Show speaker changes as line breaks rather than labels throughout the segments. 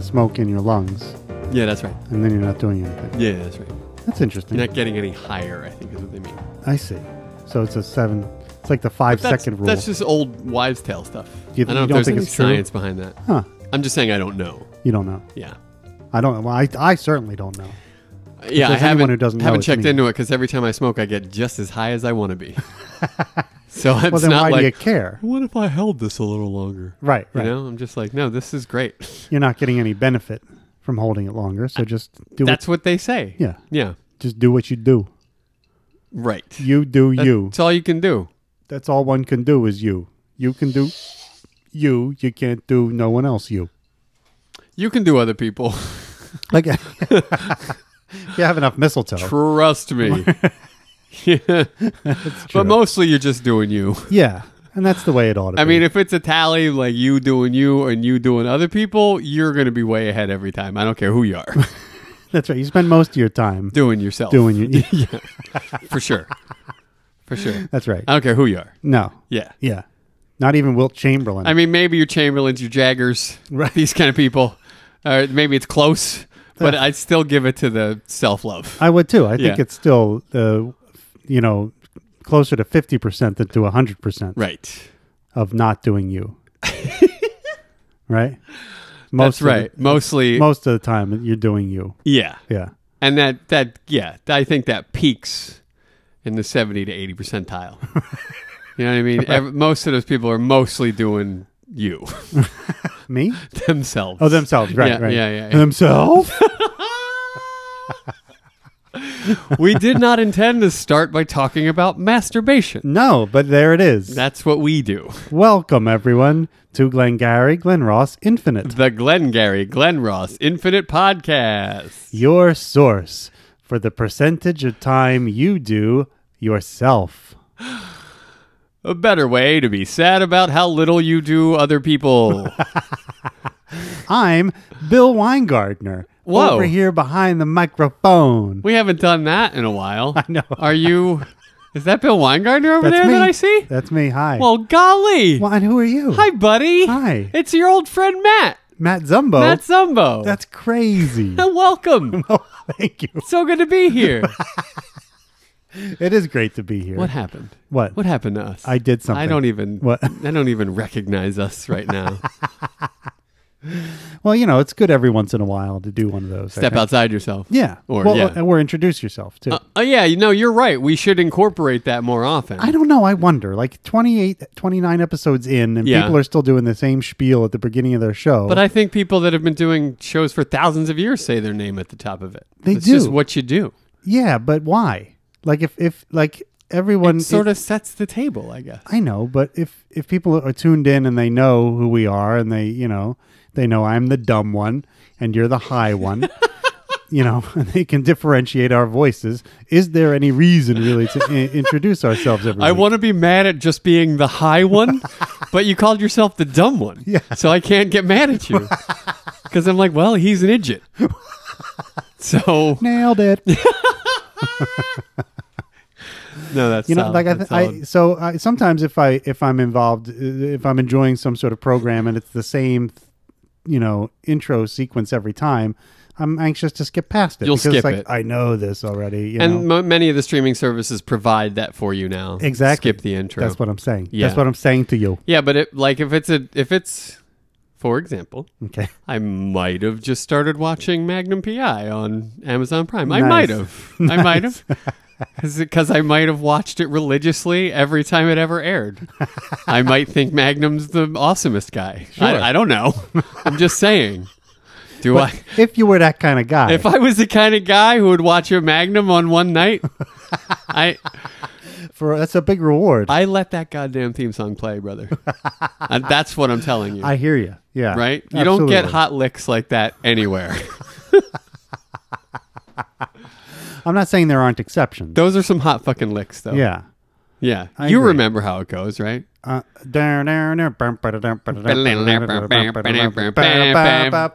smoke in your lungs,
Yeah, that's right.
and then you're not doing anything.
Yeah, that's right.
That's interesting.
You're not getting any higher, I think, is what they mean.
I see. So it's a seven. It's like the five
That's,
second rule.
that's just old wives' tale stuff.
You-
I don't know
you don't
if there's
think
any
it's true?
science behind that.
huh?
I'm just saying I don't know.
You don't know.
Yeah.
I don't. Well, I, I certainly don't know.
Yeah, I
there's anyone
haven't,
who doesn't know,
haven't
it's
checked
me.
into it because every time I smoke, I get just as high as I want to be. so it's
Well, then
not
why
like,
do you care?
what if I held this a little longer?
Right. Right.
You know, I'm just like, no, this is great.
You're not getting any benefit from holding it longer. So just do.
That's what they say.
what, yeah.
Yeah.
Just do what you do.
Right.
You do you.
That's all you can do.
That's all one can do is you. You can do you. You can't do no one else. You.
You can do other people.
Like you have enough mistletoe.
Trust me. yeah. But mostly you're just doing you.
Yeah, and that's the way it ought to
I
be.
mean, if it's a tally like you doing you and you doing other people, you're going to be way ahead every time. I don't care who you are.
that's right. You spend most of your time
doing yourself.
doing you. yeah,
For sure. For sure.
that's right.
I don't care who you are.
No.
Yeah.
Yeah. Not even Wilt Chamberlain.
I mean, maybe your Chamberlains, your Jaggers,
Right.
these kind of people. Or maybe it's close, but I'd still give it to the self love.
I would too. I think
Yeah.
it's still uh, you know, closer to fifty percent than to hundred percent
Right.
of not doing you. right.
That's
Most of the-
right. Mostly.
most of the time, you're doing you.
yeah.
Yeah.
And that, that, yeah, I think that peaks in the 70 to 80 percentile. you know what I mean? Ev- most of those people are mostly doing you
Me?
themselves.
Oh, themselves. Right.
Yeah,
right.
yeah, yeah, yeah.
Themselves.
we did not intend to start by talking about masturbation.
no, but there it is.
That's what we do.
Welcome everyone to Glengarry Glen Ross Infinite,
The Glengarry Glen Ross Infinite Podcast.
your source for the percentage of time you do yourself.
A better way to be sad about how little you do other people.
I'm Bill Weingartner.
Whoa.
Over here behind the microphone.
we haven't done that in a while. I
know.
Are you? Is that Bill Weingartner over there that I see?
That's me. Hi.
Well, golly.
Well, and who are you?
Hi, buddy.
Hi.
It's your old friend Matt.
Matt Zumbo.
Matt Zumbo.
That's crazy.
Welcome.
oh, thank you.
so good to be here.
It is great to be here.
what happened?
What?
What happened to us?
I did something.
I don't e- even.
What?
I don't even recognize us right now.
Well, you know, it's good every once in a while to do one of those. I
Step
think.
outside yourself.
Yeah.
Or-
well,
yeah.
uh, or introduce yourself too.
Oh yeah. You know, you're right. We should incorporate that more often.
I don't know. I wonder. Like 28, 29 episodes in, and
Yeah.
people are still doing the same spiel at the beginning of their show.
but I think people that have been doing shows for thousands of years say their name at the top of it.
They
it's just
do.
what you do.
yeah, but why? Like if if like everyone
It sort of sets the table, I guess.
I know, but if if people are tuned in and they know who we are and they, you know, they know I'm the dumb one and you're the high one, you know, and they can differentiate our voices, is there any reason really to I- introduce ourselves every
I
week?
want to be mad at just being the high one, but you called yourself the dumb one.
Yeah.
So I can't get mad at you. Because I'm like, well, he's an idiot. So,
Nailed it.
no, that's
You know,
solid.
like I, th-
That's
I
solid.
so I, sometimes if I if I'm involved, uh, if I'm enjoying some sort of program and it's the same, you know, intro sequence every time, I'm anxious to skip past it.
You'll
because it's
skip
like,
it.
I know this already. You know?
And mo many of the streaming services provide that for you now.
Exactly.
Skip the intro.
That's what I'm saying.
Yeah.
That's what I'm saying to you.
yeah, but it, like if it's a if it's for example,
Okay.
I might have just started watching Magnum PI on Amazon Prime. I
Nice.
might have. I might have. Because I might have watched it religiously every time it ever aired. I might think Magnum's the awesomest guy.
Sure.
I, I don't know. I'm just saying. Do I?
If you were that kind of guy,
If I was the kind of guy who would watch a Magnum on one night, I
for that's a big reward. I,
I let that goddamn theme song play, brother. And that's what I'm telling you.
hear you. Yeah.
right? You don't get
Absolutely.
hot licks like that anywhere.
I'm not saying there aren't exceptions.
Those are some hot fucking licks, though.
yeah.
Yeah.
I
you
agree.
remember how it goes, right?
Uh, down, down, down, bum, ba, da, dum, ba, da, dum, ba, da, dum, ba, da, dum, ba, da, dum, ba,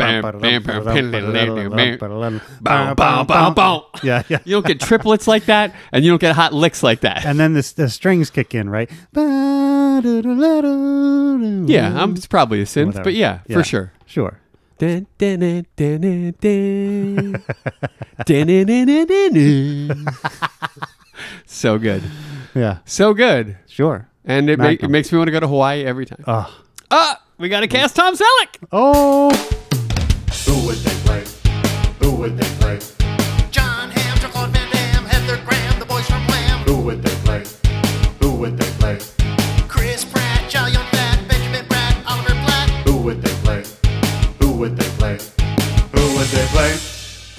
da, dum, ba, da. Yeah, yeah.
You don't get triplets like that, and you don't get hot licks like that.
And then the, the strings kick in, right?
Yeah,
Yeah,
I'm, it's probably a synth,
Whatever.
but yeah,
Yeah.
for sure.
sure.
Dun, dun, dun, dun, dun, dun. Dun, dun, dun, dun, dun, dun. so good.
Yeah,
So good.
sure.
And it, ma- it
Magnum. Uh,
makes me want to go to Hawaii every time.
Ugh.
Ah, we got to cast Tom Selleck.
Oh.
Who would they play? Who would they play?
John Hamm, Jean-Claude Van Damme, Heather Graham, the boys from Wham,
Who would they play? Who would they play?
Chris Pratt, Chow Yun Fat, Benjamin Bratt, Oliver Platt,
Who would they play? Who would they play? Who would they play?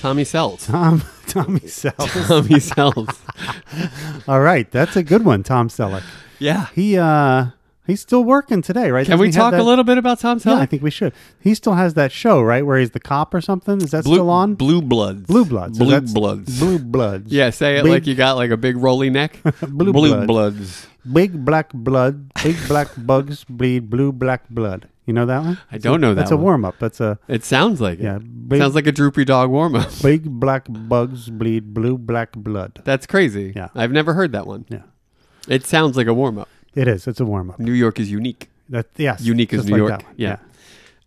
Tommy Sells.
Tom Tommy Selleck.
Tommy Sells.
All right, that's a good one, Tom Selleck.
Yeah.
He uh he's still working today, right?
Can
Doesn't
we
he have
talk
that-
a little bit about Tom Selleck?
Yeah, I think we should. He still has that show, right, where he's the cop or something. Is that
Blue,
still on?
Blue Bloods.
Blue Bloods. So
Blue
that's-
Bloods.
Blue Bloods.
yeah, say it
Big-
like you got like a big rolly neck.
Blue Bloods.
Bloods.
Big black blood. Big black bugs bleed blue black blood. You know that one?
I don't know that
That's a
one.
warm up. That's a
It sounds like it.
yeah. Big,
Sounds like a droopy dog warm up.
big black bugs bleed blue black blood.
That's crazy.
Yeah.
I've never heard that one.
Yeah,
It sounds like a warm up.
it is. It's a warm up.
New York is unique.
That yes.
Unique as
just
New
like
York.
that one.
Yeah.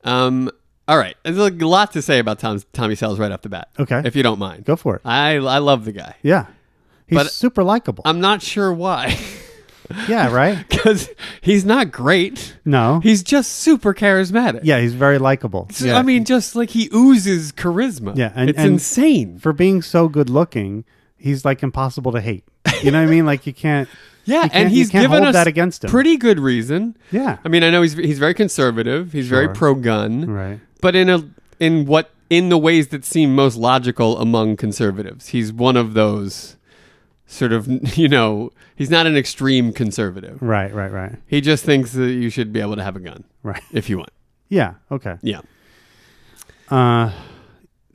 Um. All right. There's a lot to say about Tom, Tommy Sells right off the bat.
Okay.
If you don't mind.
Go for it.
I I love the guy.
Yeah. He's
But- uh,
super likable.
I'm not sure why,
yeah, right?
because he's not great.
No.
He's just super charismatic.
yeah, he's very likable.
So,
yeah.
I mean, just like he oozes charisma.
Yeah, and-
it's
and-
insane.
for being so good looking, he's like impossible to hate. You know what I mean? Like you can't.
Yeah,
you can't-
and
you
he's
can't
given
hold
us
that against him.
Pretty good reason.
Yeah.
I mean, I know he's he's very conservative. He's
Sure.
very pro gun.
Right.
But in a in what in the ways that seem most logical among conservatives, he's one of those sort of you know he's not an extreme conservative.
Right. Right. Right.
He just thinks that you should be able to have a gun
Right.
if you want.
Yeah. Okay.
Yeah.
Uh,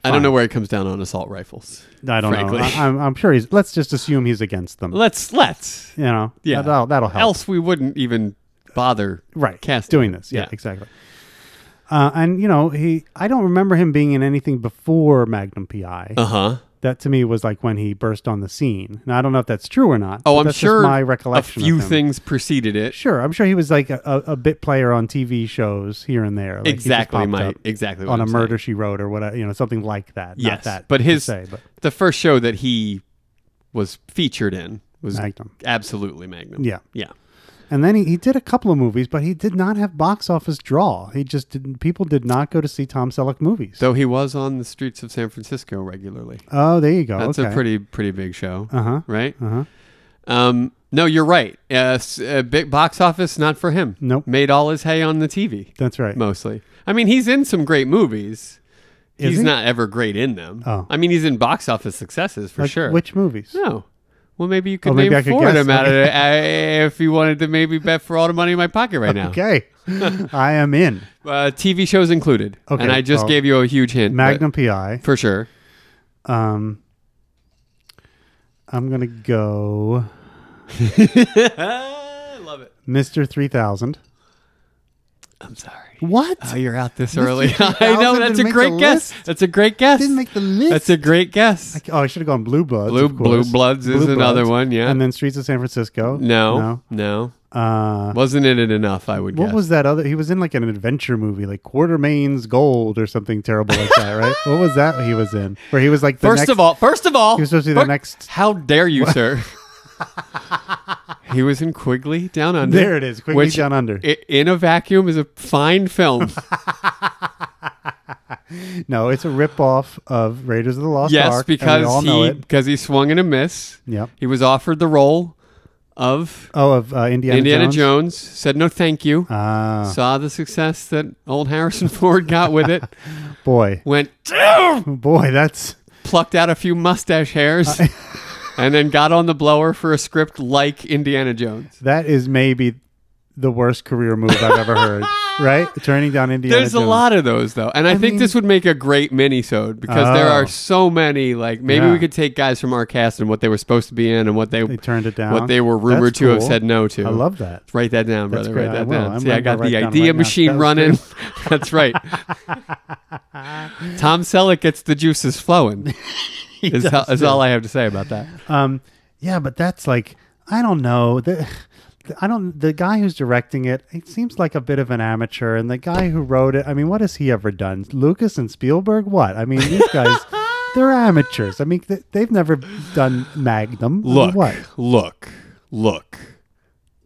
I don't know where it comes down on assault rifles.
I don't
Frankly.
know. I, I'm, I'm sure he's. Let's just assume he's against them.
Let's let's
you know.
Yeah.
That'll, that'll help.
else we wouldn't even bother
right.
casting
doing
him.
this. Yeah. Exactly. Uh, and you know he. I don't remember him being in anything before Magnum PI.
Uh-huh.
that to me was like when he burst on the scene. Now I don't know if that's true or not.
Oh,
but
I'm
that's just
sure
my recollection.
a
of
few
him.
things preceded it.
Sure, I'm sure he was like a, a, a bit player on TV shows here and there. Like he just
exactly
popped
my
up
exactly what
on a
I'm saying.
murder she wrote or whatever, you know, something like that.
Yes,
Not that
but
per
his-
se, but
The first show that he was featured in was
Magnum.
absolutely Magnum.
Yeah.
Yeah.
And then he, he did a couple of movies, but he did not have box office draw. He just didn't. People did not go to see Tom Selleck movies.
Though he was on the streets of San Francisco regularly.
oh, there you go.
That's
okay.
a pretty pretty big show,
Uh huh.
right?
Uh huh.
Um, no, you're right. Uh, s- uh, big box office not for him.
Nope.
Made all his hay on the TV
That's right.
mostly. I mean, he's in some great movies.
Is
he's
he?
not ever great in them.
Oh.
I mean, he's in box office successes for
Like,
sure.
Which movies?
No. Well, maybe you could
Oh, maybe I
name
could
four of
guess.
them out of it uh, if you wanted to maybe bet for all the money in my pocket right now.
Okay, I am in
Uh, TV shows included.
Okay,
And I just
well,
gave you a huge hint. but-
Magnum PI.
For sure.
Um, I'm gonna go
I love it.
Mister Three Thousand.
I'm sorry.
What?
Oh, you're out this early. I
3000
know. That's a
didn't make
great
the
guess.
list?
That's a great guess.
Didn't make the list.
That's a great guess.
oh, I should have gone Blue Bloods.
Blue-
of course.
Blue Bloods is another one, yeah.
and then Streets of San Francisco.
No, no.
No. Uh,
Wasn't in it enough, I would
what
guess.
was that other? He was in like an adventure movie, like Quartermain's Gold or something terrible like that, right? What was that he was in? Where he was like the
first
next,
of all, first of all,
he was supposed to be the
fir-
next.
How dare you, sir? he was in Quigley Down Under.
There it is, Quigley
which
Down Under.
i- in a vacuum is a fine film.
No, it's a ripoff of Raiders of the Lost
yes,
Ark. and we all
because
know
he
it.
because he swung and a miss.
Yep.
He was offered the role of
Oh, of uh, Indiana,
Indiana Jones.
Jones.
said no thank you.
Ah,
Saw the success that old Harrison Ford got with it.
boy,
Went
boy, that's
plucked out a few mustache hairs. And then got on the blower for a script like Indiana Jones.
that is maybe the worst career move I've ever heard. Right, turning down Indiana.
There's a
Jones.
lot of those though, and I, think
mean-
this would make a great minisode because there
Oh.
are so many. Like maybe
Yeah.
we could take guys from our cast and what they were supposed to be in and what they,
They turned it down.
what they were
That's
rumored to have
cool.
said no to.
I love that.
Write that down,
That's
brother.
great.
Write
I
that
will.
down.
I'm
See, I
gonna
got
write
the
down
idea
right now.
machine
That was
running. That's right. Tom Selleck gets the juices flowing. is, how, is all I have to say about that.
Um, yeah, but that's like I don't know. The, I don't. The guy who's directing it, it seems like a bit of an amateur, and the guy who wrote it, I mean, what has he ever done? Lucas and Spielberg, what? I mean, these guys, they're amateurs. I mean, th- they've never done Magnum. I mean,
Look,
what?
look, look.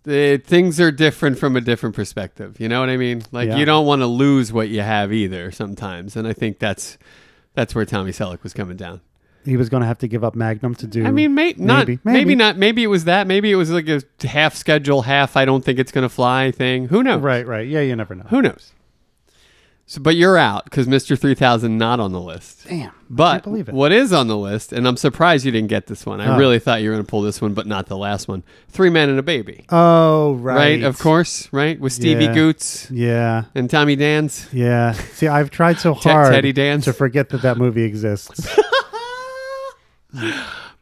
The, things are different from a different perspective. You know what I mean? Like
Yeah.
you don't want to lose what you have either sometimes, and I think that's that's where Tommy Selleck was coming down.
He was going to have to give up Magnum to do.
I mean, may, not
Hmm. Maybe,
maybe,
maybe.
not maybe it was that maybe it was like a half schedule, half I don't think it's gonna fly thing. Who knows?
right, right. Yeah, you never know.
Who knows? So, but you're out because Mister Three Thousand not on the list.
Damn.
But
believe it.
what is on the list, and I'm surprised you didn't get this one. I
Oh.
really thought you were going to pull this one, but not the last one. Three Men and a Baby,
Oh, right.
right? Of course, right? With Stevie
Yeah.
Goots
Yeah.
and Tommy Danz.
Yeah. See, I've tried so
Te-
hard
Teddy Danz.
to forget that that movie exists.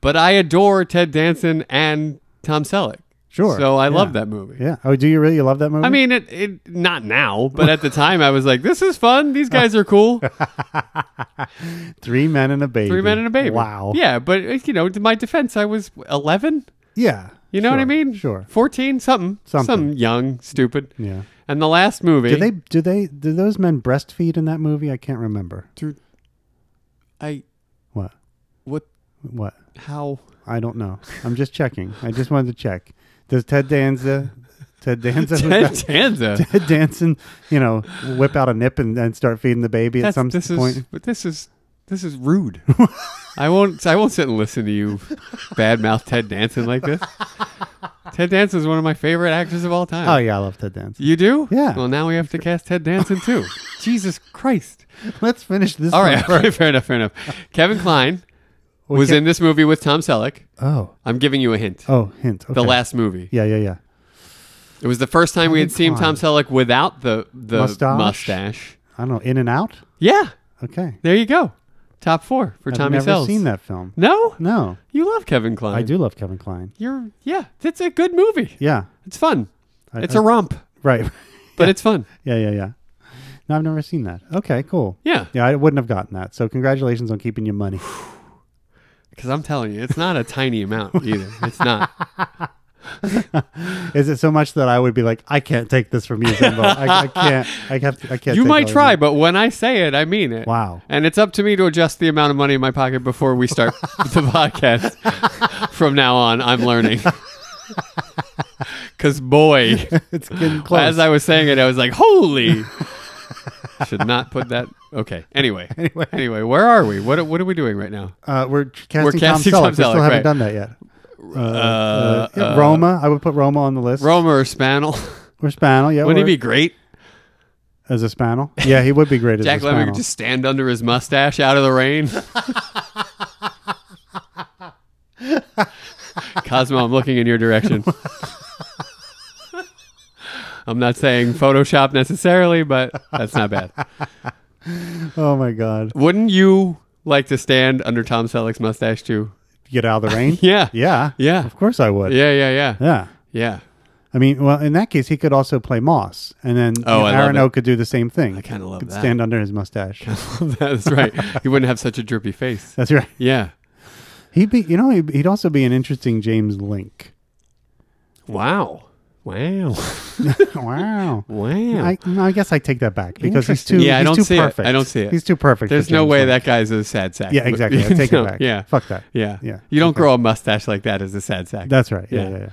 But I adore Ted Danson and Tom Selleck.
Sure.
So I
Yeah.
love that movie.
Yeah. Oh, do you really love that movie?
I mean, it, it not now, but at the time I was like, this is fun. These guys are cool.
Three Men and a Baby.
Three Men and a Baby.
Wow.
Yeah, but, uh, you know, to my defense, I was 11.
Yeah.
You know what I
Sure,
mean?
Sure.
14, something.
Something.
Something young, stupid.
Yeah.
And the last movie.
Do they do they do those men breastfeed in that movie? I can't remember.
I.
What?
What?
What?
How?
I don't know. I'm just checking. I just wanted to check. Does Ted Danza Ted Danza who's
Ted
got-
Danza.
Ted Danson, you know, whip out a nip and, and start feeding the baby
That's,
at some
this
point?
is. But this is. This is rude. I won't. I won't sit and listen to you badmouth Ted Danson like this. Ted Danson is one of my favorite actors of all time.
oh yeah, I love Ted Danson.
You do?
Yeah.
Well, now we have to cast Ted Danson too. Jesus Christ.
Let's finish this.
All
one
right.
first.
fair enough. Fair enough. Kevin Klein
We
was
can't-
in this movie with Tom Selleck.
Oh.
I'm giving you a hint.
Oh, hint.
The
Okay.
last movie.
Yeah, yeah, yeah.
It was the first time we had seen
Kevin
Tom Selleck without the the
Mustache?
mustache.
I don't know. In and out.
Yeah,
Okay.
there you go. Top four for
I've
Tommy
never
Sells.
seen that film.
No,
No,
you love Kevin Kline.
I do love Kevin Klein.
You're yeah. It's a good movie.
Yeah.
It's fun.
I-
it's
I-
a romp,
Right.
but it's fun.
Yeah, yeah, yeah. No, I've never seen that. Okay, cool.
Yeah,
Yeah, I wouldn't have gotten that. So congratulations on keeping your money.
because I'm telling you, it's not a tiny amount either. It's not.
Is it so much that I would be like, I can't take this from you, Zimbo. I, I can't. I have to. I can't.
you
take
might
all
try,
your-
but when I say it, I mean it.
Wow.
And it's up to me to adjust the amount of money in my pocket before we start the podcast. From now on, I'm learning. Because, boy,
It's getting close.
as I was saying it, I was like, holy. Should not put that. Okay. Anyway. Anyway. Anyway, where are we? What, what are we doing right now?
uh, we're tr- casting,
casting
Tom
Tom
Selleck. we still
Selleck,
haven't
right.
done that yet. Uh, uh,
uh,
Roma. I would put Roma on the list.
Roma or Spanel?
Or Spinal. Yeah.
Wouldn't he
or-
be great?
as a Spinal? Yeah, he would be great as
Jack
a
Lemmon
Spinal.
could just stand under his mustache out of the rain. Cosmo, I'm looking in your direction. I'm not saying Photoshop necessarily, but that's not bad.
Oh my God!
Wouldn't you like to stand under Tom Selleck's mustache too?
Get out of the rain.
Yeah.
Yeah.
Yeah.
Of course I would.
Yeah, yeah, yeah. Yeah.
Yeah. I mean, well, in that case, he could also play Moss, and then
Oh,
you
I
know,
love
Aaron
it.
O could do the same thing. I
kinda love
could
that.
Stand under his mustache.
that's right. You wouldn't have such a drippy face.
That's right.
Yeah.
He'd be, you know, he'd, he'd also be an interesting James Link.
Wow. Wow.
Wow.
Wow.
I, no, I guess I take that back because he's
Interesting.
too.
Yeah, I
he's
don't
too
see it.
perfect.
I don't see it.
He's too perfect. for
There's no
James
way
Link.
that guy's a sad sack.
Yeah, exactly. I take it
No,
back.
Yeah.
Fuck that.
Yeah.
Yeah.
You don't
Okay.
grow a mustache like that as a sad sack.
That's right. Yeah, yeah,
Yeah.
yeah.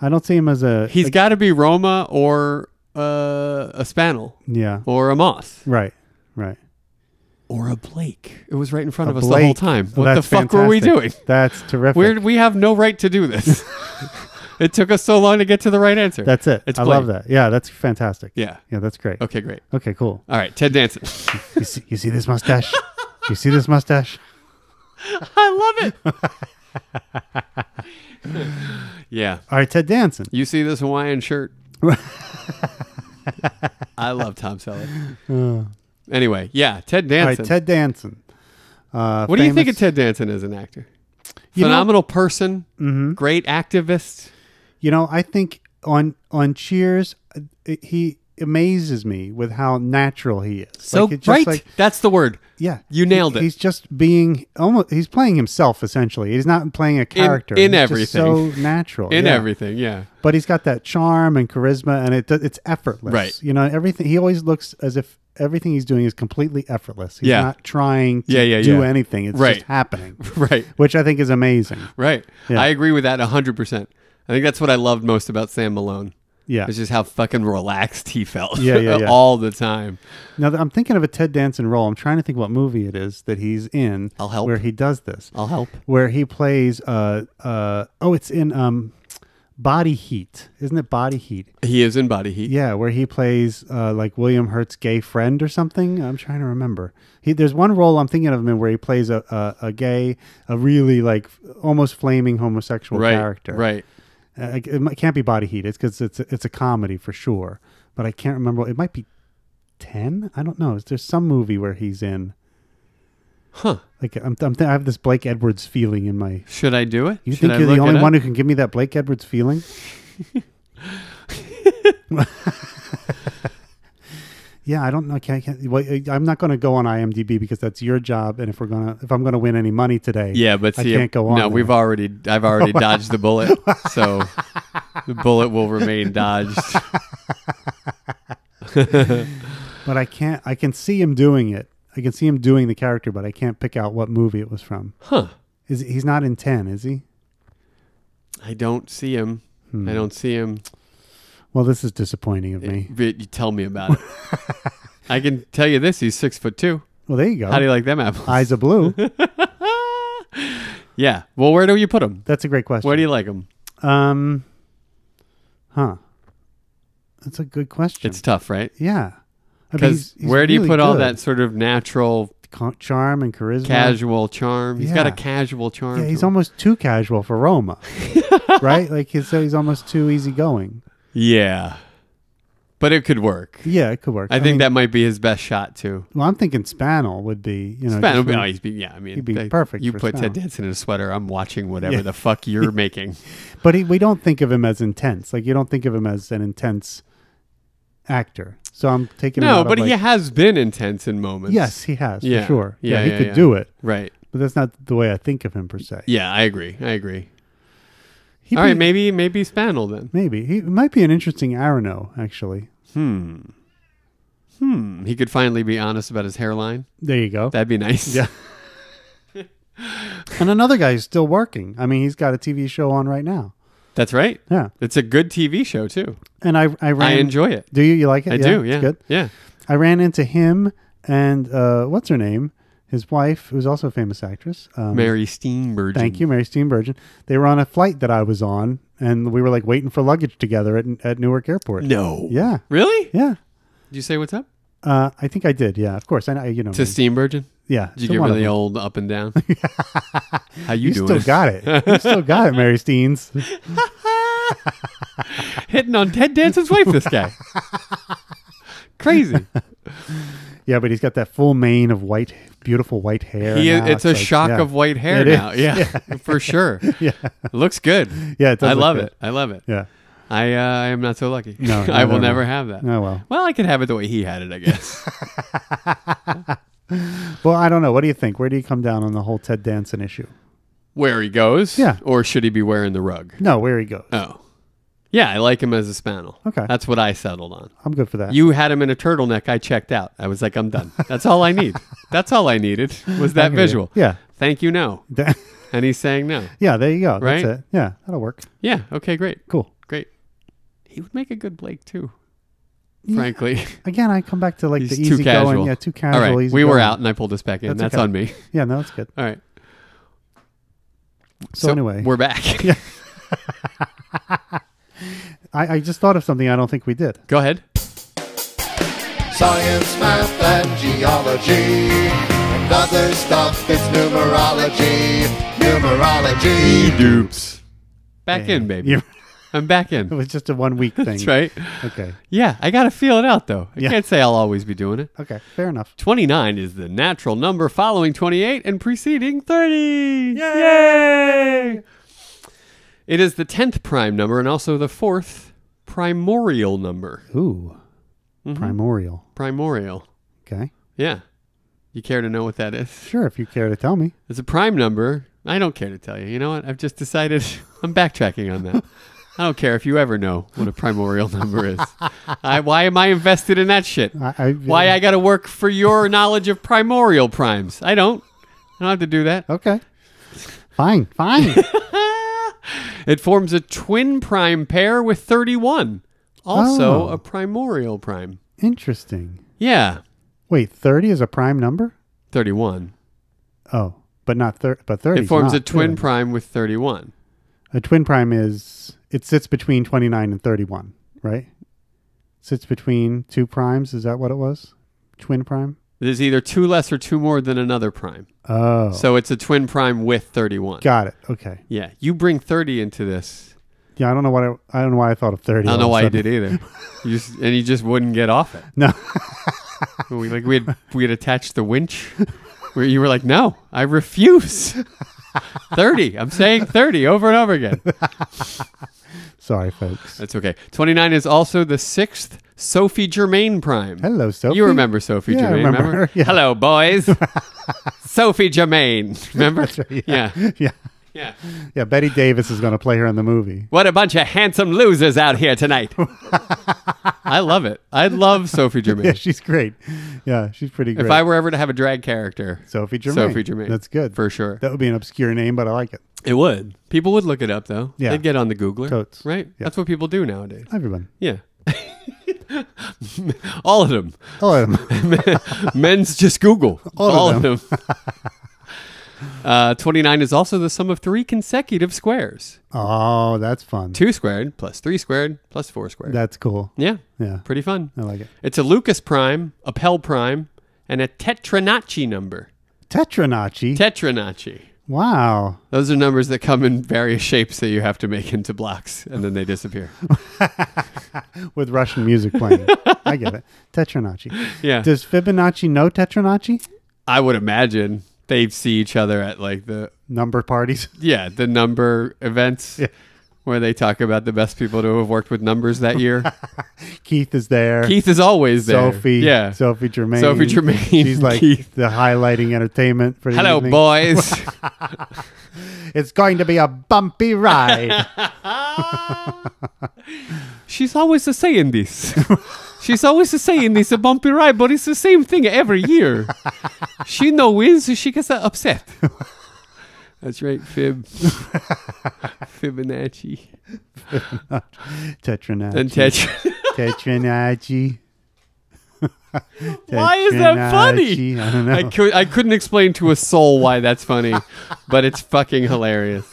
I don't see him as a.
He's got to be Roma or uh, a Spaniel
yeah.
or a Moss
Right. Right.
or a Blake. It was right in front of us the whole
Blake.
time.
Well,
What the
that's
fuck were we doing?
fantastic. That's terrific.
We're, we have no right to do this. it took us so long to get to the right answer.
That's it.
It's
I
Blake.
love that. Yeah, that's fantastic.
Yeah.
Yeah, that's great.
Okay, great.
Okay, cool.
All right, Ted Danson.
You see, you see this mustache? you see this mustache?
I love it. yeah.
All right, Ted Danson.
You see this Hawaiian shirt? I love Tom Selleck. Uh. Anyway, yeah, Ted
All
Danson.
right, Ted Danson. Uh,
what do you think
famous-
of Ted Danson as an actor?
You know- Mm-hmm.
Phenomenal person, great activist.
You know, I think on on Cheers, uh, he amazes me with how natural he is.
So
like, it's just
right,
like
that's the word.
yeah,
You
He-
nailed it.
He's just being almost. He's playing himself essentially. He's not playing a character
in
He's
everything.
Just so natural
in
yeah.
everything. Yeah,
But he's got that charm and charisma, and it do- it's effortless.
Right.
You know everything. He always looks as if everything he's doing is completely effortless. He's
Yeah.
not trying to
Yeah, yeah,
do
yeah.
anything. It's
Right.
just happening,
right,
which I think is amazing.
right.
Yeah.
I agree with that hundred percent. I think that's what I loved most about Sam Malone.
Yeah.
It's just how fucking relaxed he felt
Yeah, yeah, yeah.
all the time.
Now that I'm thinking of a Ted Danson role, I'm trying to think what movie it is that he's in.
I'll help.
Where he does this.
I'll help.
Where he plays. Uh. Uh. Oh, it's in. Um. Body Heat, isn't it? Body Heat.
He is in Body Heat.
Yeah, where he plays uh, like William Hurt's gay friend or something. I'm trying to remember. He, there's one role I'm thinking of him in where he plays a, a, a gay, a really like f- almost flaming homosexual
right,
character.
right.
Uh, it, it can't be Body Heat. It's because it's a, it's a comedy for sure. But I can't remember. It might be ten. I don't know. Is there some movie where he's in?
Huh?
Like I'm, I'm th- I have this Blake Edwards feeling in my.
Should I do it?
You
Should
think
I
you're
look
the
it
only
up?
one who can give me that Blake Edwards feeling? yeah, I don't know. Can, can, well, I- I'm not going to go on IMDb because that's your job. And if we're gonna, if I'm going to win any money today,
Yeah, but see,
I can't go on.
No, we've
there.
already. I've already dodged the bullet, so the bullet will remain dodged.
but I can't. I can see him doing it. I can see him doing the character, but I can't pick out what movie it was from.
Huh?
Is he's not in ten? Is he?
I don't see him.
Hmm.
I don't see him.
Well, this is disappointing of me.
But you tell me about it. I can tell you this: he's six foot two.
Well, there you go.
How do you like them apples?
Eyes of blue.
yeah. Well, where do you put him?
That's a great question.
Where do you like him?
Um, huh. That's a good question.
It's tough, right?
yeah. I mean,
Because
he's- he's
where do you
really
put all
good.
that sort of natural,
Ca- charm and charisma?
casual charm? He's got a
Yeah.
casual charm.
Yeah,
to
he's
him.
almost too casual for Roma, right? Like he's so he's almost too easygoing.
Yeah, but it could work.
Yeah, it could work.
I, think
mean,
that might be his best shot too.
Well, I'm thinking Spanel would be, you know,
Span
just
would be,
from-
oh, he's be, yeah, I mean,
he'd be
they-
perfect
You
for
put Ted
Span.
Danson in a sweater. I'm watching whatever
Yeah.
the fuck you're making.
but he, we don't think of him as intense. Like you don't think of him as an intense actor. So I'm taking him
No,
out of,
but he
like-
has been intense in moments.
Yes, he has
Yeah.
for sure.
Yeah,
Yeah,
yeah,
he could
yeah.
do it,
Right.
but that's not the way I think of him per se.
Yeah, I agree. I agree.
He'd
All
be-
right, maybe maybe Spanel then.
Maybe he might be an interesting Arano. Actually,
Hmm, He could finally be honest about his hairline.
there you go.
That'd be nice.
Yeah. and another guy who's still working. I mean, he's got a TV show on right now.
That's right.
Yeah,
It's a good TV show too.
and I I ran.
I enjoy it.
Do you you like it?
I do.
it's
Yeah.
good.
Yeah.
I ran into him and uh, what's her name, his wife, who's also a famous actress. Um,
Mary Steenburgen.
Thank you, Mary Steenburgen. They were on a flight that I was on, and we were like waiting for luggage together at at Newark Airport.
No.
Yeah,
Really?
yeah.
Did you say what's up
Uh, I think I did. Yeah, of course. I know. You know.
to
me.
Steenburgen?
yeah.
Did you
to
give
one
her
of
the
them.
old up and down? How you,
You
doing?
still got it. You still got it, Mary Steens.
hitting on Ted Danson's wife. This guy, crazy.
Yeah, but he's got that full mane of white, beautiful white hair.
He,
now.
it's a
like,
shock
yeah.
of white hair
It
now.
is.
Yeah, for sure.
Yeah,
Looks good.
yeah. It does
I
look
love
good.
it. I love it.
Yeah.
I uh, I am not so lucky.
No,
I will
neither
never
am I.
have that.
Oh well.
Well, I could have it the way he had it, I guess.
Well, I don't know. What do you think? Where do you come down on the whole Ted Danson issue?
where he goes,
Yeah.
Or should he be wearing the rug?
No, where he goes.
Oh, yeah. I like him as a spaniel.
Okay.
that's what I settled on.
I'm good for that.
You had him in a turtleneck. I checked out. I was like, I'm done. That's all I need. That's all I needed was
hear
that
you.
visual.
Yeah.
Thank you. No.
Da-
And he's saying no.
yeah, there you go. That's
Right?
it. Yeah, that'll work.
Yeah. Okay. Great.
Cool.
Great. He would make a good Blake too. Frankly,
Again, I come back to like
he's
the
too
easy
casual.
going. Yeah, too
All
casual.
right,
easy
we were
going.
out, and I pulled this back in. That's,
That's okay.
on me.
Yeah, no, that's good.
All right.
So, anyway,
we're back.
I, I just thought of something I don't think we did.
Go ahead.
Science, math, and geology. And other stuff, it's numerology. Numerology.
Dupes. Back in, baby.
You-
I'm back
it
in.
was just a one week thing.
That's right.
Okay.
Yeah, I gotta feel it out though. I
Yeah.
can't say I'll always be doing it.
Okay. Fair enough.
29 is the natural number following 28 and preceding 30. Yay! It is the 10th prime number and also the fourth primorial number.
Ooh.
Mm-hmm.
primordial.
Primordial.
Okay,
Yeah. You care to know what that is?
sure. If you care to tell me,
It's a prime number. I don't care to tell you. You know what? I've just decided I'm backtracking on that. I don't care if you ever know what a primordial number is. I, why am I invested in that shit?
I, I
Why I got to work for your knowledge of primordial primes? I don't. I don't have to do that.
Okay, fine, fine.
It forms a twin prime pair with 31. Also
Oh.
a primordial prime.
Interesting.
Yeah,
Wait, thirty is a prime number.
31.
Oh, but not thir- but thirty.
It forms a twin prime with 31.
A twin prime is it sits between 29 and 31, right? Sits between two primes, is that what it was? Twin prime?
There's either two less or two more than another prime.
Oh.
So it's a twin prime with 31.
got it. Okay.
Yeah, you bring 30 into this.
Yeah, I don't know what I, I don't know why I thought of 30.
I don't
all
know
of a
why you
sudden.
did either. You just, and you just wouldn't get off it.
No.
We like we had we had attached the winch where you were like, "No, I refuse." 30. I'm saying 30 over and over again.
Sorry, folks.
That's okay. 29 is also the sixth Sophie Germain prime.
Hello, Sophie.
You remember Sophie
Yeah, I
Germain,
remember her. Yeah.
Hello, boys. Sophie Germain. Remember? yeah. yeah.
Yeah. Yeah, Betty Davis is going to play her in the movie.
What a bunch of handsome losers out here tonight. I love it. I love Sophie Germain.
Yeah, she's great. Yeah, she's pretty great.
if I were ever to have a drag character,
Sophie Germain.
Sophie Germain.
That's good.
For sure.
That would be an obscure name, but I like it.
It would. People would look it up, though.
Yeah.
They'd get on the Googler.
Totes.
Right? That's what people do nowadays.
Everyone.
Yeah. All of them.
Hello.
Men's just Google.
All
All,
of
of them. uh, 29 is also the sum of three consecutive squares
oh, that's fun.
2 squared plus 3 squared plus 4 squared.
That's cool.
yeah,
Yeah. Oh.
pretty fun.
I like it.
It's a Lucas prime, a Pell prime, and a Tetranacci number.
Tetranachi.
Tetranacci.
wow.
Those are numbers that come in various shapes that you have to make into blocks and then they disappear.
with Russian music playing. I get it. Tetranachi.
Yeah.
Does Fibonacci know Tetranachi?
I would imagine they see each other at like the
Number parties.
yeah, the number events where they talk about the best people to have worked with numbers that year.
Keith is there.
Keith is always there.
Sophie.
Yeah.
Sophie Germain.
Sophie Germain,
She's like
Keith.
the highlighting entertainment for the
Hello,
evening.
boys.
It's going to be a bumpy ride.
She's always a saying this. She's always a saying this, a bumpy ride, but it's the same thing every year. She no wins, she gets upset. That's right, Fib. Fibonacci.
Tetranachi.
And Tetra.
Tetranachi.
Why is that funny?
Tetranachi. I don't know.
I, cou- I couldn't explain to a soul why that's funny, but it's fucking hilarious.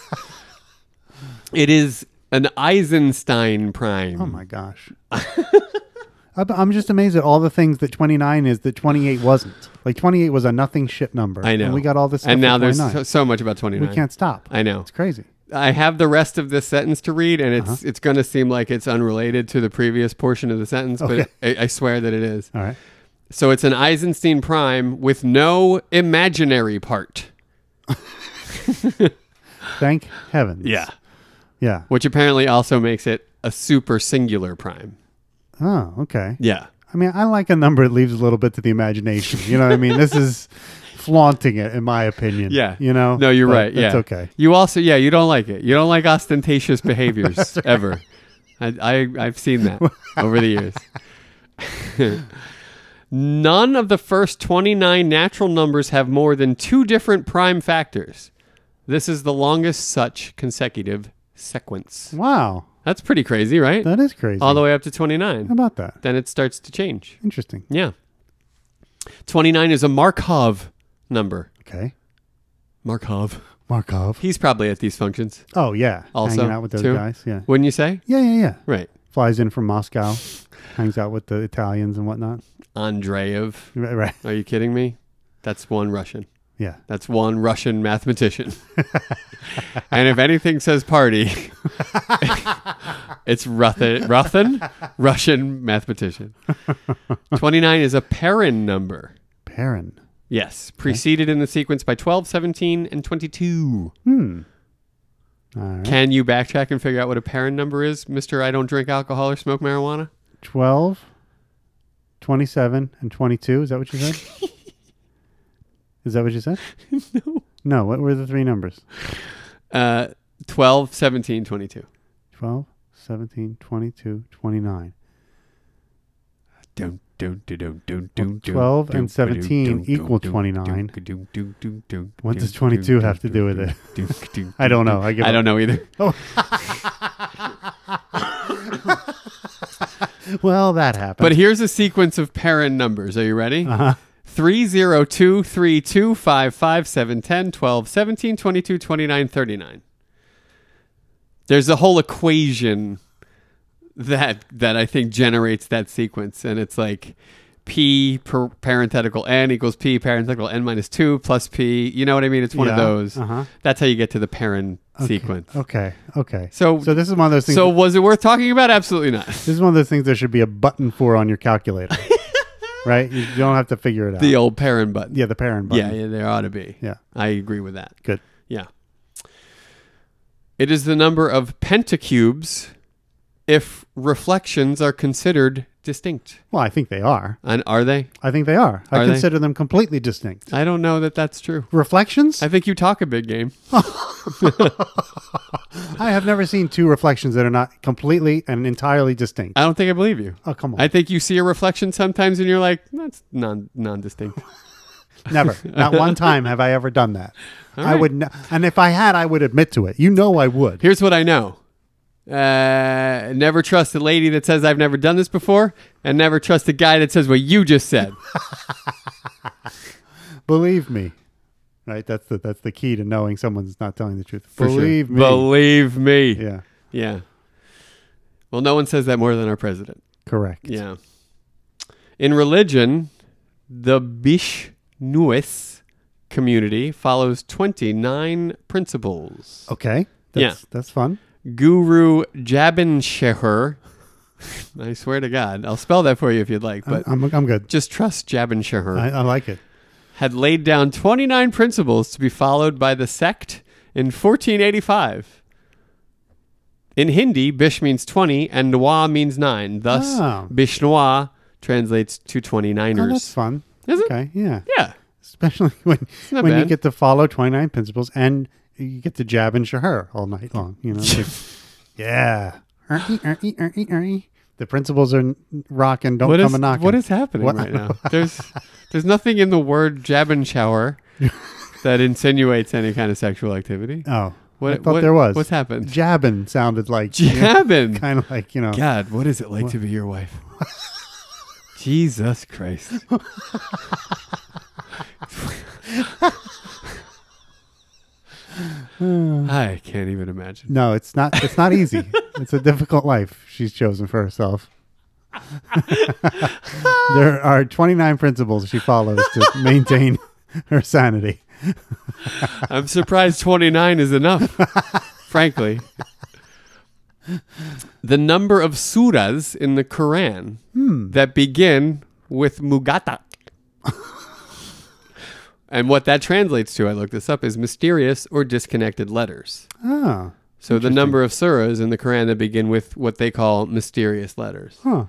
It is an Eisenstein prime.
oh my gosh. I'm- I'm just amazed at all the things that 29 is that 28 wasn't. Like 28 was a nothing shit number.
I know.
And we got all this. Stuff
And now
at
there's
29.
so, so much about 29.
We can't stop.
I know.
It's crazy.
I have the rest of this sentence to read, and it's
Uh-huh.
it's going to seem like it's unrelated to the previous portion of the sentence,
Okay.
but I, I swear that it is.
All right.
So it's an Eisenstein prime with no imaginary part.
Thank heavens. Yeah.
Which apparently also makes it a super singular prime.
Oh, okay.
Yeah.
I mean, I like a number that leaves a little bit to the imagination. You know what I mean? this is flaunting it, in my opinion.
Yeah.
You know?
No, you're
But
right. Yeah.
It's okay.
You also, yeah, you don't like it. You don't like ostentatious behaviors ever. I, I, I've seen that over the years. None of the first 29 natural numbers have more than two different prime factors. This is the longest such consecutive sequence.
Wow.
That's pretty crazy, right?
That is crazy.
All the way up to
How
29.
about that?
Then it starts to change.
Interesting.
Yeah. 29 is a Markov number.
Okay.
Markov.
Markov.
He's probably at these functions.
Oh, yeah.
Also,
Hanging out with those
too.
guys. Yeah.
Wouldn't you say?
Yeah, yeah, yeah.
Right.
Flies in from Moscow, hangs out with the Italians and whatnot.
Andreev.
Right. right.
Are you kidding me? That's one Russian.
Yeah.
That's one Russian mathematician. and if anything says party, it's Ruthin, Ruthin, Russian mathematician. 29 is a Perrin number.
Perrin.
Yes, preceded in the sequence by 12, 17, and 22.
Hmm. All right.
Can you backtrack and figure out what a Perrin number is, Mr. I don't drink alcohol or smoke marijuana?
12. 27 and 22. Is that what you said? Is that what you said?
no.
No. What were the three numbers?
Uh, 12, 17, 22.
12, 17, 22, 29.
Dun, dun, dun, dun, dun,
Well,
dun,
12
dun,
and
dun,
17
dun, dun,
equal
dun,
29.
dun, dun, dun, dun, dun,
What does
dun,
22
dun,
have to
dun,
do with
dun,
it?
dun, dun,
I don't know.
dun.
I give
I
up.
don't know either.
Well, that happened.
But here's a sequence of parent numbers. Are you ready? Uh-huh. 302, 32, 55, 7, 10, 12, 17, 22, 29, 39. There's a whole equation that that I think generates that sequence and it's like p per parenthetical n equals p parenthetical n minus 2 plus p. You know what I mean? It's one of
Yeah,
those.
uh-huh.
That's how you get to the parent sequence.
okay. Okay.
So-
so this is one of those things.
So was it worth talking about? Absolutely not.
this is one of those things there should be a button for on your calculator, right? You don't have to figure it out.
The old parent button.
yeah, the parent button.
Yeah, yeah, there ought to be.
Yeah.
I agree with that.
Good.
Yeah. It is the number of pentacubes if reflections are considered distinct.
Well, I think they are.
And are they?
I think they are. I
Are they?
consider them completely distinct.
I don't know that that's true.
Reflections?
I think you talk a big game.
I have never seen two reflections that are not completely and entirely distinct.
I don't think I believe you.
oh, come on.
I think you see a reflection sometimes and you're like, that's non non distinct.
Never. Not one time have I ever done that. I
right.
would ne- and if I had, I would admit to it. You know I would.
Here's what I know. Uh, never trust a lady that says I've never done this before, and never trust a guy that says what you just said.
Believe me. Right? That's the that's the key to knowing someone's not telling the truth.
for sure.
Believe me.
Believe me.
yeah.
Yeah. Well, no one says that more than our president.
Correct.
Yeah. In religion, the Bishnuis community follows 29 principles.
Okay. That's that's fun.
Guru Jabin Sheher. I swear to God, I'll spell that for you if you'd like, but
I'm I'm good.
just trust Jabin Sheher.
I, I like it.
had laid down 29 principles to be followed by the sect in 1485. In Hindi, Bish means 20 and Nwa means 9. Thus,
Oh.
Bishnwa translates to 29ers.
Oh, that's fun.
Is it?
okay. Yeah.
Yeah.
Especially when
not
when you
bad.
get to follow 29 principles and you get to jab and shahar all night long, you know. like, yeah. Er-ee, er-ee, er-ee, er-ee. The principles are n- rocking, don't
What
come
is,
a knocking.
what is happening
What-
right now? There's there's nothing in the word jabin shower that insinuates any kind of sexual activity.
Oh,
What-
I thought
what-
there was.
what's happened?
Jabbing sounded like
Jabin.
kind of like you know.
God, what is it like to be your wife? Jesus Christ. I can't even imagine.
No, it's not. It's not easy. it's a difficult life she's chosen for herself. there are 29 principles she follows to maintain her sanity.
I'm surprised 29 is enough, frankly. The number of surahs in the Quran that begin with mugata. and what that translates to, I looked this up, is mysterious or disconnected letters.
Oh,
So the number of surahs in the Quran that begin with what they call mysterious letters,
huh.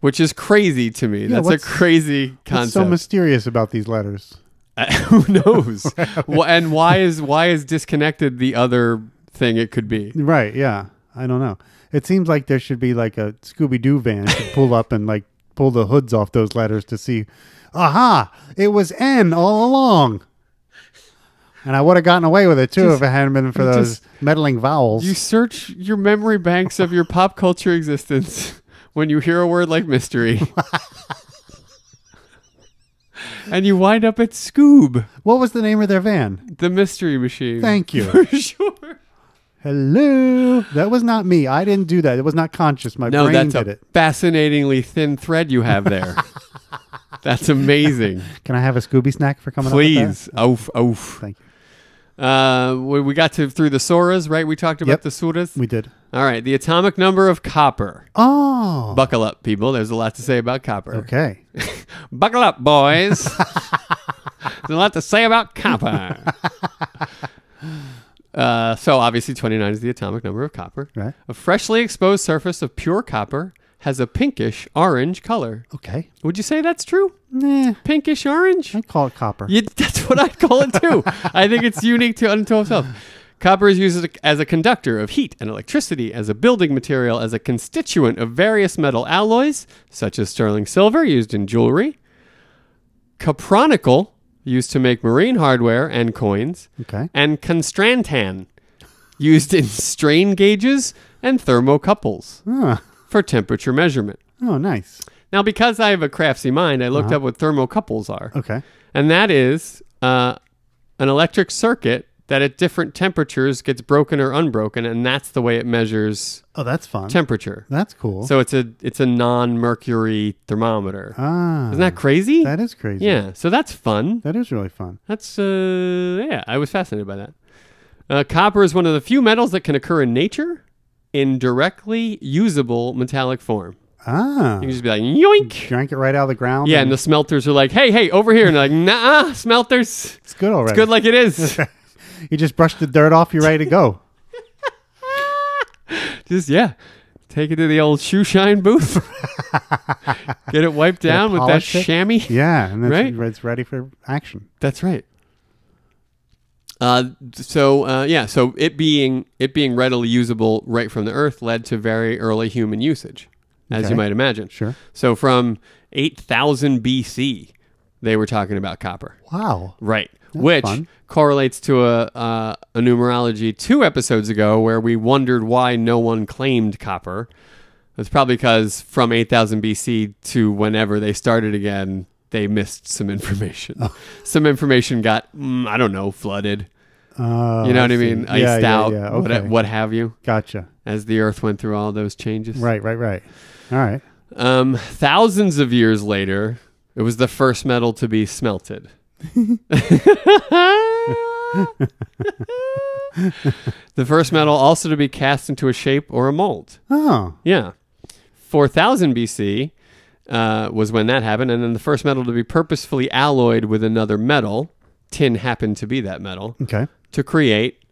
which is crazy to me. That's
what's-
a crazy
What's so
concept.
mysterious about these letters?
Who knows? Wh- and why is why is disconnected the other thing it could be?
Right. Yeah. I don't know. It seems like there should be like a Scooby Doo van to pull up and like pull the hoods off those letters to see, aha, it was N all along. And I would have gotten away with it too if it hadn't been for those meddling vowels.
You search your memory banks of your pop culture existence when you hear a word like mystery. and you wind up at Scoob,
what was the name of their van?
the mystery machine.
Thank
For
you.
sure.
Hello. That was not me. I didn't do that. It was not conscious. My
No,
brain
that's
did
a
it.
fascinatingly thin thread you have there. that's amazing.
Can I have a Scooby snack for coming up? with that?
Please. Oof, oof.
Thank you.
Uh, we we got to through the suras, right? We talked about
Yep.
the suras.
We did.
All right. The atomic number of copper.
Oh.
Buckle up, people. There's a lot to say about copper.
Okay.
Buckle up, boys. There's a lot to say about copper. Uh, so obviously 29 is the atomic number of copper.
Right.
A freshly exposed surface of pure copper has a pinkish orange color.
Okay. Eh.
Would you say that's true?
Nah,
Pinkish orange?
I call it copper.
Yeah, that's what I call it too. I think it's unique to unto itself. Copper is used as a- as a conductor of heat and electricity, as a building material, as a constituent of various metal alloys, such as sterling silver, used in jewelry, capronical, used to make marine hardware and coins,
Okay.
and constrantan, used in strain gauges and thermocouples
Huh.
for temperature measurement.
Oh, nice.
Now, because I have a craftsy mind, I
Uh-huh.
looked up what thermocouples are
Okay.
and that is uh, an electric circuit that at different temperatures gets broken or unbroken, and that's the way it measures
Oh, that's fun.
temperature.
that's cool.
So it's a it's a non-mercury thermometer.
ah,
Isn't that crazy?
that is crazy.
yeah. So that's fun.
That is really fun.
That's uh, yeah. I was fascinated by that. Uh, copper is one of the few metals that can occur in nature in directly usable metallic form.
Ah.
You can just be like yoink.
drank it right out of the ground.
Yeah,
and
and the smelters are like, hey, hey, over here, and they're like, nah, smelters,
it's good already.
good like it is.
you just brush the dirt off. You're ready to go.
just yeah take it to the old shoe shine booth get it wiped down with that
polish it.
chamois
yeah, and it's,
Right?
it's ready for action.
that's right uh, so uh, yeah so it being it being readily usable right from the earth led to very early human usage as
Okay.
you might imagine
Sure.
so from 8000 bc they were talking about copper
Wow.
Right. Which
fun.
correlates to a uh, a numerology two episodes ago where we wondered why no one claimed copper. It's probably because from 8000 BC to whenever they started again, they missed some information.
Oh.
Some information got, mm, I don't know, flooded.
Uh,
You know what I
see.
mean? Iced
yeah, yeah,
out,
Yeah,
what,
okay.
what have you,
Gotcha.
as the earth went through all those changes.
Right. Right. Right. All right.
Um, thousands of years later, it was the first metal to be smelted. the first metal also to be cast into a shape or a mold.
Oh.
Yeah. 4000 BC uh, was when that happened. And then the first metal to be purposefully alloyed with another metal, tin happened to be that metal,
Okay.
to create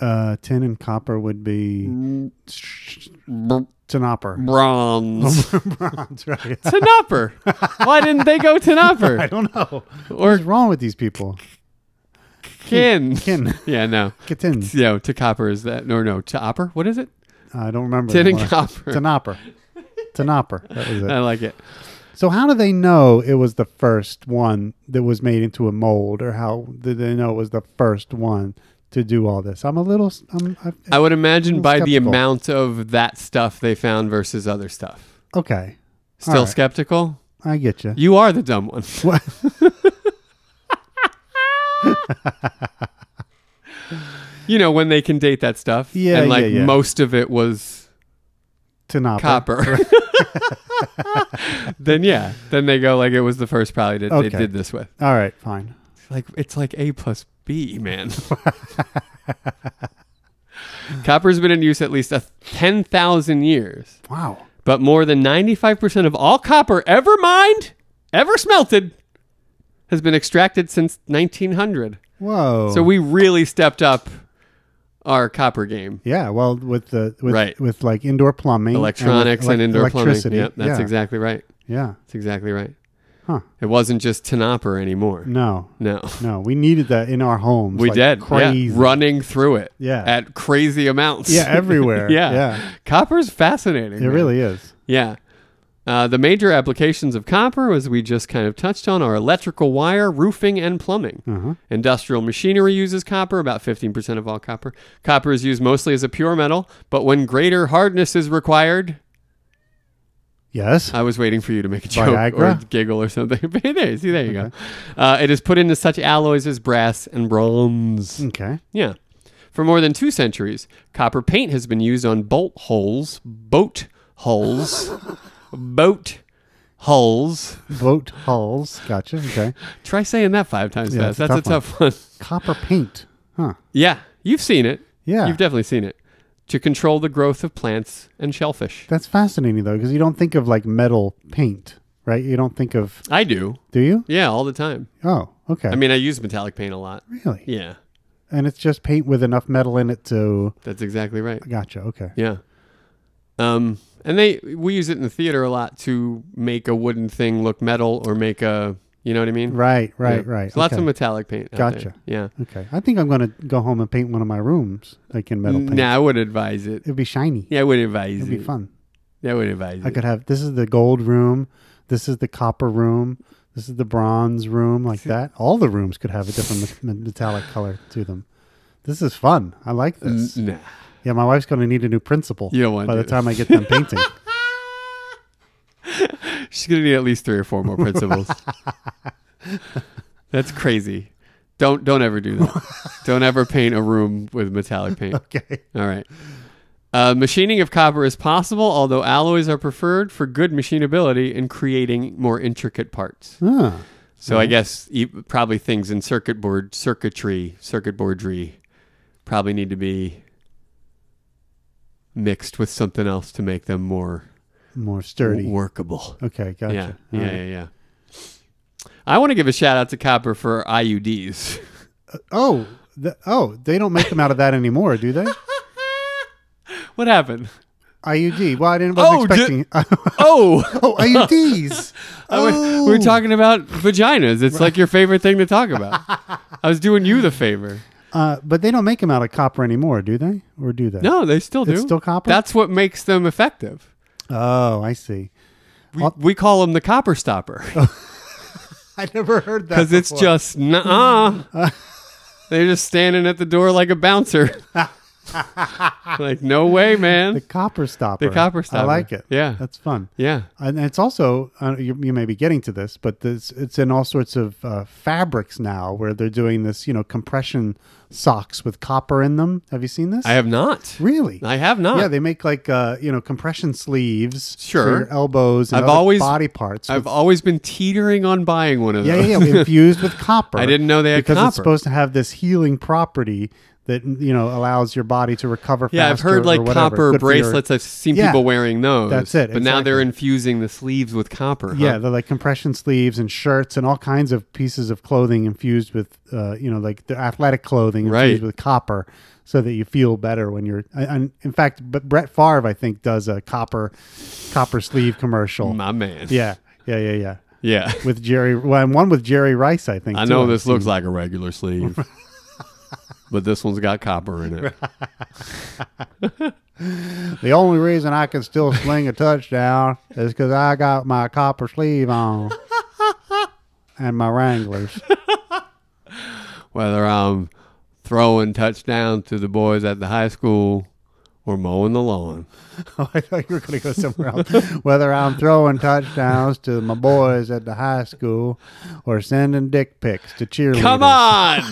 Uh, tin and copper would be
br-
tinopper.
bronze.
That's right.
Tanopper. Why didn't they go
I
Tanopper?
don't know.
Or
What's wrong with these people?
kin?
Kin.
Yeah, no.
Kitin.
Yeah, to copper is that no no to opper? What is it?
I don't remember.
Tin and
anymore.
copper. Uh,
Tinopper. Tinopper. That was it.
I like it.
So how do they know it was the first one that was made into a mold, or how did they know it was the first one to do all this? I'm a little. s- I'm, I,
I would imagine by the
skeptical.
amount of that stuff they found versus other stuff.
okay,
Still
right.
skeptical?
I get you.
You are the dumb one.
What?
you know when they can date that stuff.
Yeah,
and like
yeah, yeah.
most of it was
Tinopper.
copper. then yeah, then they go like it was the first probably that
Okay.
they did this with.
All right, fine.
Like it's like A plus B, man. Copper's been in use at least a ten thousand years,
Wow.
but more than ninety-five percent of all copper ever mined, ever smelted, has been extracted since nineteen hundred.
Whoa.
So we really stepped up our copper game.
Yeah. Well, with the with,
Right.
with like indoor plumbing, with
Electronics and,
elec-
indoor plumbing.
electricity.
Yep, that's
yeah.
exactly right.
Yeah.
That's exactly right.
Huh. Mm.
It wasn't just Tanopper anymore.
No.
No.
No. We needed that in our homes.
We
like
did. yeah.
Crazy.
Running through it.
Yeah.
At crazy amounts.
Yeah, everywhere.
yeah.
Yeah.
Copper's fascinating.
It
man.
really is.
Yeah. Uh, the major applications of copper, as we just kind of touched on, are electrical wire, roofing, and plumbing.
Uh-huh.
Industrial machinery uses copper, about 15% of all copper. Copper is used mostly as a pure metal, but when greater hardness is required,
Yes.
I was waiting for you to make a joke or
Viagra?
giggle or something. But there, see, there you go. Uh, it is put into such alloys as brass and bronze.
okay.
Yeah. For more than two centuries, copper paint has been used on bolt holes, boat hulls, boat hulls.
Boat hulls. Gotcha. Okay.
Try saying that five times
Yeah,
fast. That's a tough one.
Copper paint. Huh.
yeah, you've seen it.
Yeah.
You've definitely seen it. To control the growth of plants and shellfish.
That's fascinating though, because you don't think of like metal paint, right? You don't think of,
I do.
do you?
Yeah, all the time.
Oh, okay.
I mean, I use metallic paint a lot.
really?
Yeah,
And it's just paint with enough metal in it to.
that's exactly right.
Gotcha. Okay.
Yeah. Um, and they we use it in the theater a lot to make a wooden thing look metal or make a you know what I mean?
Right,
Yeah.
right, right.
So Lots
okay.
of metallic paint. out
Gotcha.
there. Yeah.
Okay, I think I'm going to go home and paint one of my rooms like in metal paint.
Nah, I would advise it.
It'd be shiny.
Yeah, I would advise
It'd
it.
be fun.
I would advise
I
it.
could have this is the gold room, this is the copper room, this is the bronze room, like that. All the rooms could have a different me- metallic color to them. This is fun. I like this.
Nah.
Yeah, my wife's going to need a new principal
You don't wanna
by
do
the
this.
time I get done painting.
She's gonna need at least three or four more principles. That's crazy. Don't don't ever do that. don't ever paint a room with metallic paint.
okay.
All right. Uh, machining of copper is possible, although alloys are preferred for good machinability and creating more intricate parts.
Huh.
So I guess e- probably things in circuit board circuitry, circuit boardry, probably need to be mixed with something else to make them more
More sturdy.
workable.
Okay, gotcha.
Yeah,
All
yeah,
right.
yeah, yeah. I want to give a shout out to Copper for IUDs.
Oh, the, oh, they don't make them out of that anymore, do they?
What happened?
IUD. Well, I didn't. Wasn't
Oh,
expecting.
ju- Oh,
oh, IUDs.
I went-
oh,
We were talking about vaginas. It's like your favorite thing to talk about. I was doing you the favor.
Uh, but they don't make them out of copper anymore, do they? Or do they?
No, they still do.
It's still copper?
That's what makes them effective.
Oh, I see.
We, we call them the copper stopper
I never heard that.
because it's
before.
just nah. They're just standing at the door like a bouncer. like no way, man.
the copper stopper.
copper stopper.
I like it.
Yeah.
that's fun.
yeah.
And it's also uh, you, you may be getting to this, but this, it's in all sorts of uh, fabrics now, where they're doing this, you know, compression socks with copper in them. Have you seen this?
I have not.
really.
I have not.
Yeah, they make like uh, you know compression sleeves
Sure.
for your elbows and
I've
other
always-
body parts.
I've
with-
always been teetering on buying one of
yeah,
those.
yeah, yeah, infused with copper.
I didn't know they had
because
copper.
it's supposed to have this healing property that you know allows your body to recover.
Yeah, I've
faster
heard
or
like
whatever.
copper
Good for your-
bracelets. I've seen
Yeah.
people wearing those.
That's it,
But now they're
exactly.
infusing the sleeves with copper. huh?
Yeah, they're like compression sleeves and shirts and all kinds of pieces of clothing infused with, uh, you know, like the athletic clothing infused
Right.
with copper, so that you feel better when you're. I- And in fact, but Brett Favre, I think, does a copper, copper sleeve commercial.
Oh, my man.
Yeah, yeah, yeah, yeah.
yeah.
With Mm. Jerry, well, and one with Jerry Rice, I think.
I
too,
know
I've
this looks
seen.
like a regular sleeve, but this one's got copper in it.
The only reason I can still sling a touchdown is because I got my copper sleeve on and my Wranglers.
Whether I'm throwing touchdowns to the boys at the high school or mowing the lawn.
Oh, I thought you were going to go somewhere else. Whether I'm throwing touchdowns to my boys at the high school or sending dick pics to cheerleaders.
Come on!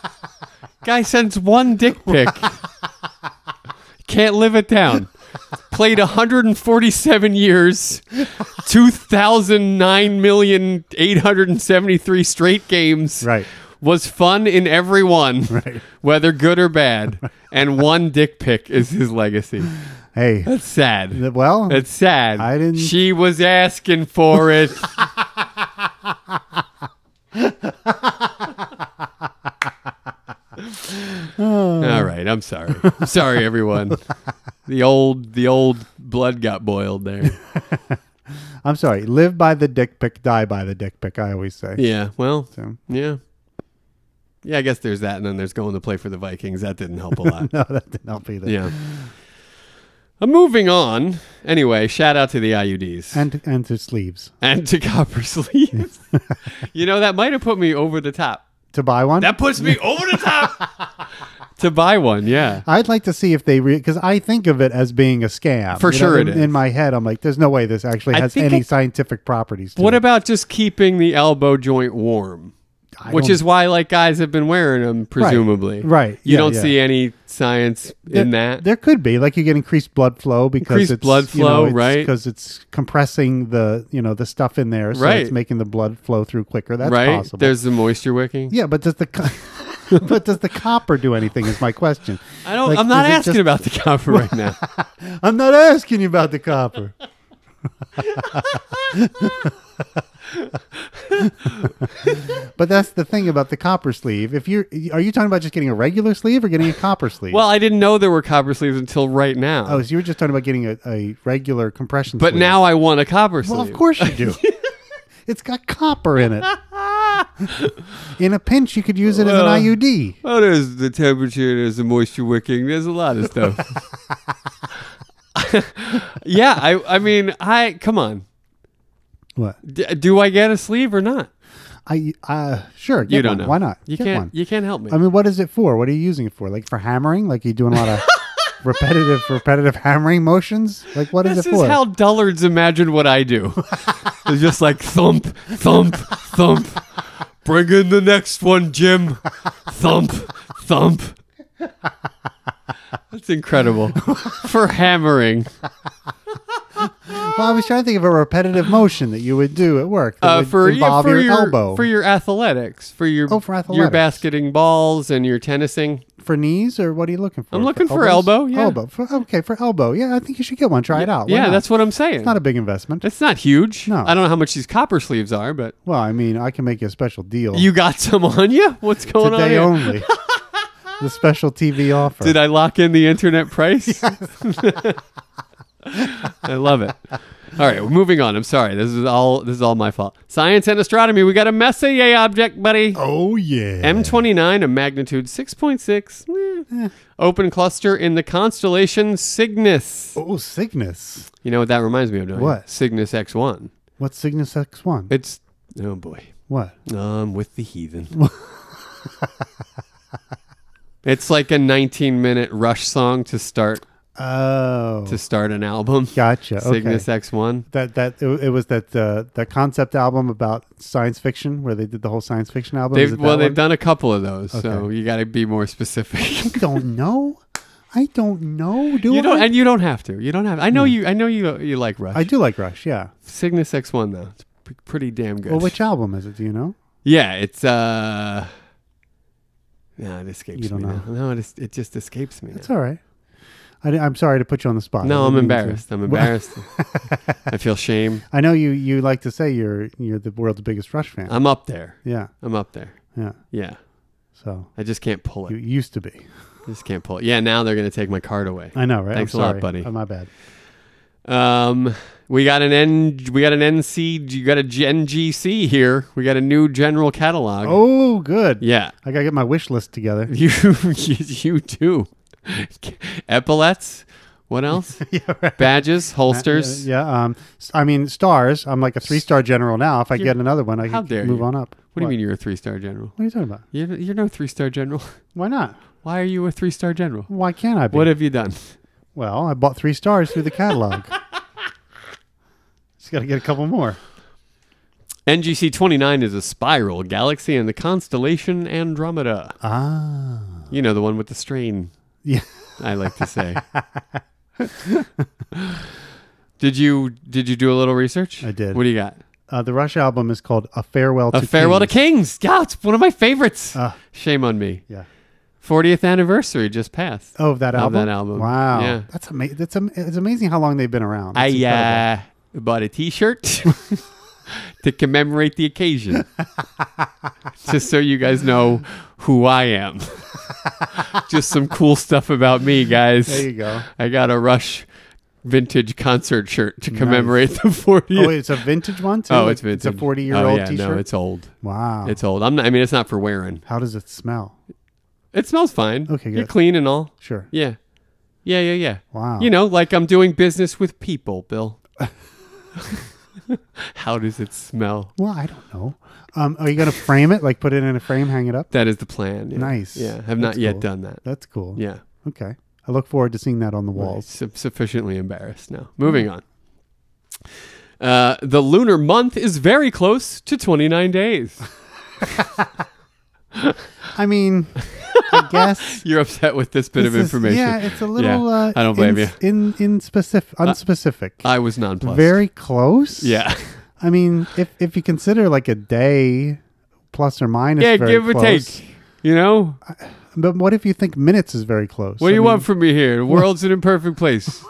Guy sends one dick pic. Can't live it down. Played 147 years, 2,009,873 straight games.
Right.
Was fun in every one,
Right.
whether good or bad. And one dick pic is his legacy.
Hey,
That's sad.
th- well,
That's sad.
I didn't-
She was asking for it. All right, I'm sorry. I'm sorry, everyone. The old, the old blood got boiled there.
I'm sorry. Live by the dick pic, die by the dick pic, I always say.
Yeah. Well.
So-
Yeah. Yeah. I guess there's that, and then there's going to play for the Vikings. That didn't help a lot.
No, that didn't help either.
Yeah. I'm moving on. Anyway, shout out to the IUDs.
And, and to sleeves.
and to copper sleeves. you know, that might have put me over the top.
To buy one?
That puts me over the top to buy one. Yeah.
I'd like to see if they because I think of it as being a scam.
For
You know,
sure
in,
it is.
in my head, I'm like, there's no way this actually
I
has
think
any
it-
scientific properties. To
What
it.
about just keeping the elbow joint warm?
I
Which
don't-
is why, like, guys have been wearing them, presumably.
Right.
You
Yeah,
don't
yeah.
see any science in
There-
that.
There could be like you get increased blood flow because
Increased
it's
blood
you know,
flow,
it's
right.
Because it's compressing the you know the stuff in there, so
Right.
it's making the blood flow through quicker. That's
right?
possible.
There's the moisture wicking.
yeah, but does the co- but does the copper do anything? Is my question.
I don't.
Like,
I'm not
is it
asking
just-
about the copper right now.
I'm not asking you about the copper. But that's the thing about the copper sleeve. If you're, are you talking about just getting a regular sleeve or getting a copper sleeve?
Well, I didn't know there were copper sleeves until right now.
oh, so you were just talking about getting a, a regular compression.
but
sleeve.
now I want a copper sleeve.
well, of course you do. it's got copper in it. in a pinch, you could use it
Well,
as an IUD.
Oh, there's the temperature, there's the moisture wicking, there's a lot of stuff. yeah, I, I mean, I come on.
What?
D- do I get a sleeve or not?
I uh, sure.
You
get
don't
one.
know.
Why not?
You
Get
can't.
one.
You can't help me.
I mean, what is it for? What are you using it for? Like for hammering? Like you doing a lot of repetitive, repetitive hammering motions? Like what is
this
it
is
for?
how dullards imagine what I do. it's just like thump, thump, thump. Bring in the next one, Jim. Thump, thump. That's incredible for hammering.
well, I was trying to think of a repetitive motion that you would do at work that
uh,
would
for, yeah,
involve
for
your,
your,
elbow,
for your athletics, for your
Oh, for
your
athletics.
basketing balls and your tennising.
For knees, or what are you looking for?
I'm looking for
elbows?
elbow, yeah.
Elbow. For, okay, for elbow. Yeah, I think you should get one. Try it out. Oh, Why
yeah,
not?
that's what I'm saying.
It's not a big investment.
That's not huge.
No.
I don't know how much these copper sleeves are, but
Well, I mean, I can make you a special deal
you got some on you. What's going on?
Oh. today
Here?
only. the special TV offer.
Did I lock in the internet price? I love it. All right, we're moving on. I'm sorry. This is all this is all my fault. Science and astronomy. We got a Messier object, buddy.
Oh yeah.
M29, a magnitude 6.6. eh, Open cluster in the constellation Cygnus.
oh, Cygnus.
You know what that reminds me of, don't you?
What?
Cygnus X1.
What's Cygnus X one?
It's, oh boy,
What?
I'm with the heathen. it's like a 19 minute rush song to start
Oh,
to start an album.
gotcha. Okay.
Cygnus X1.
that that it, it was that uh, that concept album about science fiction where they did the whole science fiction album. Is
They've,
it
well,
that
they've
one?
done a couple of those, so
Okay.
you got to be more specific.
I don't know. I don't know. Do
you
I?
don't, and you don't have to. You don't have. I know you. I know you. You like Rush.
I do like Rush. Yeah.
Cygnus X1 though. It's p- pretty damn good.
Well, which album is it? Do you know?
Yeah, it's uh No, it escapes
You don't
me
know.
now. No, it, is, it just escapes me.
It's
now.
all right. I, am sorry to put you on the spot.
No,
I
I'm
didn't mean to.
embarrassed. I'm
Well,
embarrassed. I feel shame.
I know you. You like to say you're you're the world's biggest Rush fan.
I'm up there.
yeah,
I'm up there.
yeah.
Yeah.
So
I just can't pull
you
it.
used to be.
I just can't pull it. Yeah, now they're going to take my card away.
I know, right?
Thanks a
I'm
lot,
sorry.
buddy.
Oh, my bad.
Um we got an N we got an NC you got a NGC here. We got a new general catalog.
Oh, good.
Yeah.
I gotta get my wish list together.
You you, you do. Epaulets? What else? Badges, holsters.
Yeah, yeah. Um, s- I mean, stars. I'm like a three star general now. If I
You're-
get another one, I
How
can
dare
move
you.
on up.
What, do you mean you're a three star general?
What are you talking about?
You're, you're no three star general.
Why not?
Why are you a three star general?
Why can't I be?
What have you done?
well, I bought three stars through the catalog. Just got to get a couple more.
NGC 29 is a spiral galaxy in the constellation Andromeda.
Ah,
You know, the one with the strain,
yeah.
I like to say. did you did you do a little research?
I did.
What do you got?
Uh, the Rush album is called "A Farewell
A
to
Farewell
Kings.
to Kings. Yeah, it's one of my favorites.
Ah.
Shame on me.
Yeah.
40th anniversary just passed.
Oh, of that
Of
album.
that album.
Wow.
Yeah.
That's amazing. That's am- it's amazing how long they've been around. It's
I
incredible.
uh, bought a T-shirt to commemorate the occasion, just so you guys know who I am. just some cool stuff about me, guys.
There you go.
I got a Rush vintage concert shirt to commemorate the 40th.
Oh, it's a vintage one too.
Oh, it's
Like,
vintage.
It's a forty-year-old
oh, yeah,
T-shirt. Oh.
No, it's old.
wow.
It's old. I'm not. I mean, it's not for wearing.
how does it smell?
It smells fine.
Okay,
you're
good.
clean and all.
Sure.
Yeah, yeah, yeah, yeah.
Wow.
You know, like I'm doing business with people, Bill. How does it smell?
Well, I don't know. Um, are you going to frame it? Like put it in a frame, hang it up?
That is the plan. yeah.
Nice.
Yeah, have
That's
not yet
cool.
done that.
That's cool.
Yeah,
Okay. I look forward to seeing that on the walls.
Su- sufficiently embarrassed now. Moving on. Uh, the lunar month is very close to 29 days.
I mean, I guess.
You're upset with this bit
this
of
is-
information.
yeah, it's a little.
Yeah,
uh,
I don't blame
in, In in specific, unspecific.
I was nonplussed.
Very close.
Yeah.
I mean, if if you consider like a day, plus or minus.
yeah,
very
give or
close,
take. You know,
But what if you think minutes is very close?
What do
I
you
mean,
want from me here? The world's an imperfect place.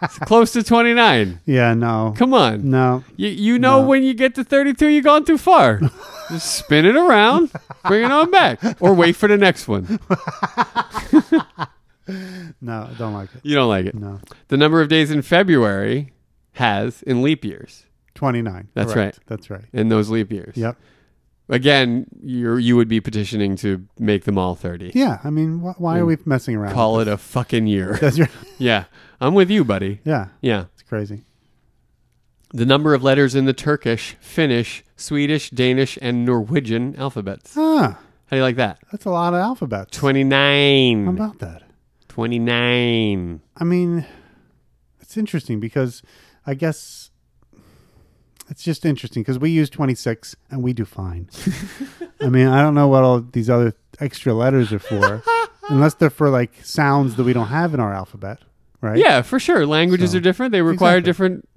it's close to 29.
Yeah, no.
Come on.
No.
You, you know when you get to 32, you've gone too far. Just spin it around, bring it on back, or wait for the next one.
No, I don't like it.
You don't like it.
No.
The number of days in February has in leap years,
29.
That's
Correct.
right.
That's right.
in those leap years.
Yep.
Again, you you would be petitioning to make them all 30.
Yeah, I mean, wh- why are we messing around?
Call it a fucking year.
That's right.
yeah. I'm with you, buddy.
Yeah,
Yeah.
it's crazy.
The number of letters in the Turkish, Finnish, Swedish, Danish, and Norwegian alphabets. How
Ah,
do you like that?
that's a lot of alphabets. How
29.
about that?
29.
I mean, it's interesting because I guess it's just interesting because we use 26 and we do fine. I mean, I don't know what all these other extra letters are for, unless they're for like sounds that we don't have in our alphabet, right?
Yeah, for sure. Languages
So-
are different. They require
Exactly.
different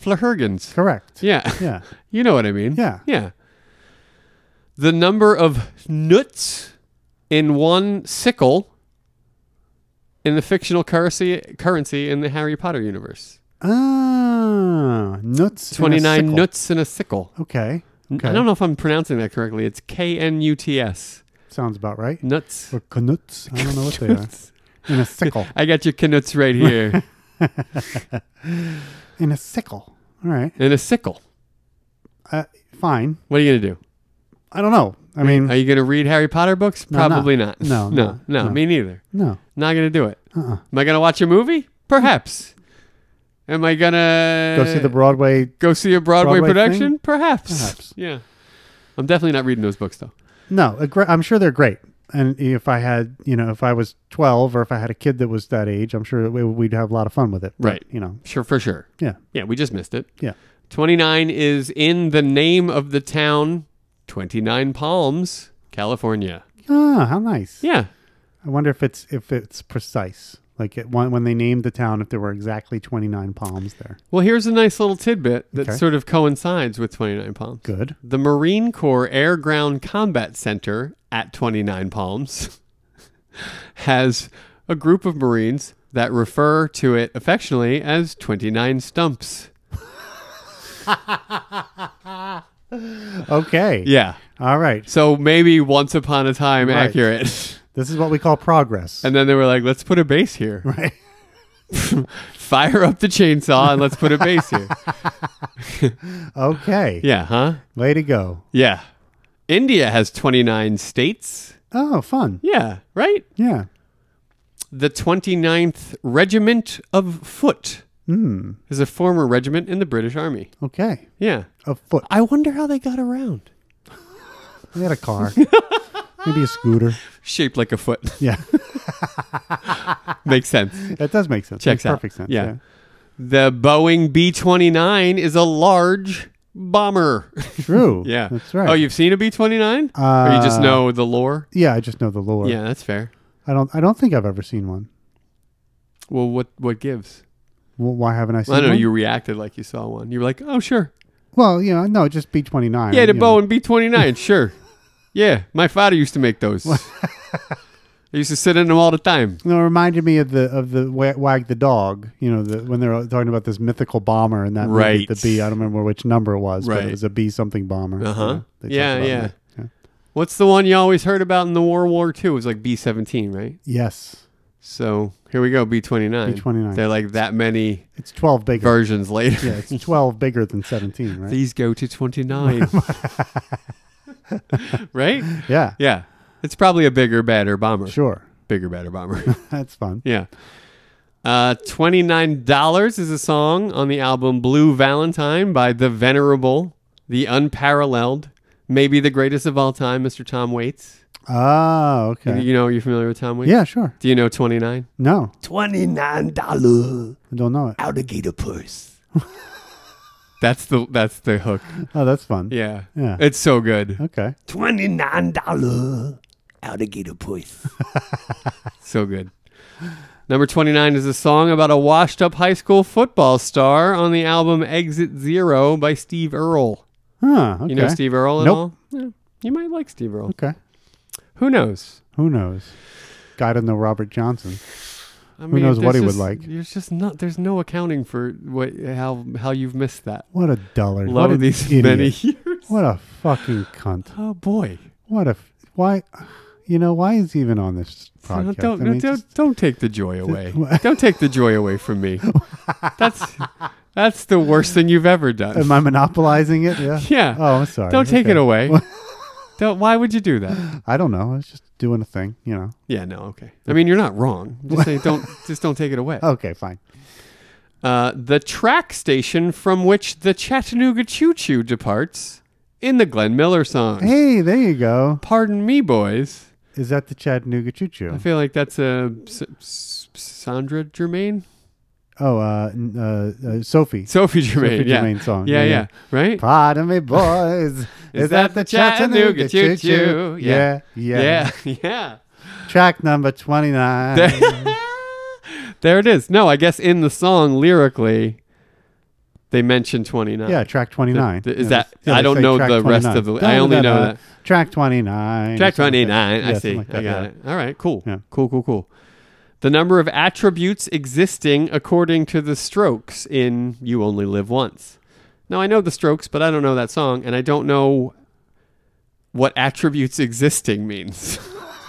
flahurgens.
Correct.
Yeah.
Yeah.
you know what I mean.
Yeah.
Yeah. The number of nuts in one sickle in the fictional currency currency in the Harry Potter universe.
Ah, nuts. in a
29
sickle.
nuts in a sickle.
Okay. Okay.
I don't know if I'm pronouncing that correctly. It's K N U T S.
Sounds about right.
Nuts.
Or knuts. I don't know what they are. In a sickle.
I got your knuts right here.
In a sickle. All right.
in a sickle.
Uh, fine.
What are you going to do?
I don't know. I mean,
Are you going to read Harry Potter books?
No, I'm not.
Probably not.
No,
no,
no,
no,
no.
me neither.
no.
Not going to do it.
Uh-uh.
Am I going to watch a movie? Perhaps. Am I going to
Go see the Broadway.
go see a Broadway,
Broadway
production?
thing?
Perhaps.
Perhaps.
Yeah. I'm definitely not reading those books though.
No, a gre- I'm sure they're great. And if I had, you know, if I was 12 or if I had a kid that was that age, I'm sure we- we'd have a lot of fun with it. But,
Right.
you know,
Sure, for sure.
yeah,
Yeah, we just missed it.
yeah.
29 is in the name of the town 29 Palms, California.
Ah, how nice.
Yeah.
I wonder if it's if it's precise. Like it, when, when they named the town, if there were exactly 29 palms there.
Well, here's a nice little tidbit that
Okay.
sort of coincides with 29 Palms.
Good.
The Marine Corps Air Ground Combat Center at 29 Palms has a group of Marines that refer to it affectionately as 29 Stumps.
Okay.
Yeah.
All right.
So maybe once upon a time
Right.
accurate.
This is what we call progress.
And then they were like, let's put a base here.
right.
Fire up the chainsaw and let's put a base here.
Okay.
Yeah, huh?
Way to go.
Yeah. India has 29 states.
Oh, fun.
Yeah, right?
Yeah.
The 29th Regiment of Foot
Hmm.
is a former regiment in the British Army.
Okay.
Yeah.
A foot.
I wonder how they got around.
We had a car. Maybe a scooter.
Shaped like a foot.
Yeah.
Makes sense.
That does make sense.
Checks
Makes
out.
perfect sense.
Yeah. The Boeing B 29 is a large bomber.
True.
Yeah.
That's right.
Oh, you've seen a B 29? Or you just
Uh,
know the lore?
Yeah, I just know the lore.
Yeah, that's fair.
I don't I don't think I've ever seen one.
Well, what what gives?
Well, why haven't I seen
I don't know
one?
you reacted like you saw one. You were like, "Oh, sure.
well, you know, no, just B twenty nine.
Uh, Yeah, the Boeing B29, sure. Yeah, my father used to make those. I used to sit in them all the time.
You know, it reminded me of the of the wa- wag the dog. You know, the, when they're talking about this mythical bomber and that movie,
Right.
the B. I don't remember which number it was, but
Right.
it was a B something bomber.
Uh-huh.
You know, they talked
Yeah,
about
yeah.
that. yeah.
What's the one you always heard about in the World War II? It was like B17, right?
Yes,
So here we go, B29.
B29.
They're like that many
it's twelve bigger.
versions later.
yeah, it's twelve bigger than seventeen, right?
These go to 29. right?
yeah,
Yeah. It's probably a bigger, badder bomber.
sure.
Bigger, badder bomber.
That's fun.
Yeah. Uh, $29 is a song on the album Blue Valentine by the venerable, the unparalleled, maybe the greatest of all time, Mr. Tom Waits.
Ah,
You-
okay.
You know, you're familiar with Tom Waits?
Yeah, sure.
Do you know 29?
No,
$29
I don't know it.
alligator purse. that's the that's the hook.
Oh, that's fun.
Yeah.
Yeah.
It's so good.
Okay.
$29 alligator purse. so good. Number 29 is a song about a washed up high school football star on the album Exit Zero by Steve Earle.
Huh. Okay.
You know Steve Earle at
Nope.
all? Yeah, you might like Steve Earle.
Okay.
Who knows?
Who knows? Got to know Robert Johnson.
I
knows what
there's
he would
just-
like?
There's just not. There's no accounting for what how how you've missed that.
What a dullard.
A lot
what
of
an
these
idiot.
many years.
What a fucking cunt.
Oh boy!
What a. F- why? You know, why is he even on this
No,
podcast?
don't
I
no,
mean,
don't,
just-
don't take the joy away. don't take the joy away from me. That's that's the worst thing you've ever done.
am I monopolizing it? Yeah.
Yeah.
Oh, I'm sorry.
Don't take
Okay.
it away. Don't, why would you do that?
I don't know. I was just doing a thing, you know.
Yeah, no, okay. I mean, you're not wrong. I'm Just say don't, just don't take it away.
Okay, fine.
Uh, the track station from which the Chattanooga Choo Choo departs in the Glenn Miller song.
Hey, there you go.
Pardon me, boys.
Is that the Chattanooga Choo
I
Choo?
feel like that's a S- S- Sandra Germain,
Oh, uh, n- uh, uh, Sophie.
Sophie Germain.
Sophie
yeah.
Germain song.
Yeah,
Yeah,
yeah,
yeah.
right.
Pardon me, boys. Is,
that the Chattanooga Choo Choo?
Yeah.
Yeah.
yeah,
yeah. yeah.
Track number twenty-nine.
There, there it is. No, I guess in the song lyrically, they mention twenty nine.
yeah, track twenty-nine.
The- is
Yeah,
that-
yeah,
I
they
don't
say
know
track
the rest of
29.
the- I only know that.
Track twenty-nine.
track
or something
twenty
like that.
nine. I
Yeah,
see.
something like
I
that,
got
yeah.
it. All right. Cool.
Yeah.
Cool. Cool. Cool. The number of attributes existing according to the Strokes in "You Only Live Once." Now I know the Strokes, but I don't know that song, and I don't know what attributes existing means.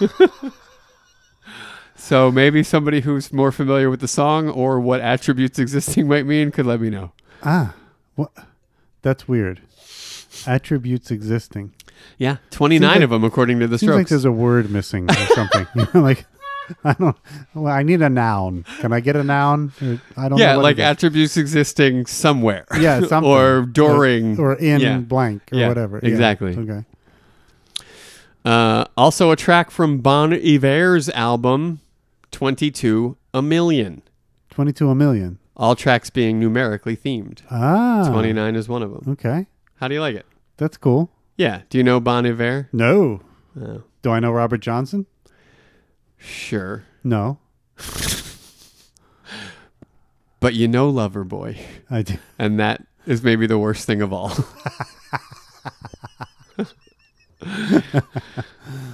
so maybe somebody who's more familiar with the song or what attributes existing might mean could let me know.
Ah, what? That's weird. Attributes existing.
Yeah, 29
Seems like-
of them according to the
Seems like
Strokes.
there's a word missing or something. You know, like I don't. Well, I need a noun. Can I get a noun? Or- I don't.
yeah,
know what
like
it is.
attributes existing somewhere.
Yeah, something.
or during.
or in
yeah.
blank or
Yeah,
whatever. Yeah,
exactly.
Okay.
Uh, also, a track from Bon Iver's album, 22 A Million.
Twenty-two a million.
All tracks being numerically themed.
Ah.
29 is one of them.
Okay,
How do you like it?
that's cool.
Yeah. Do you know Bon Iver?
No.
Oh.
Do I know Robert Johnson?
Sure.
No.
But you know Loverboy.
I do.
And that is maybe the worst thing of all.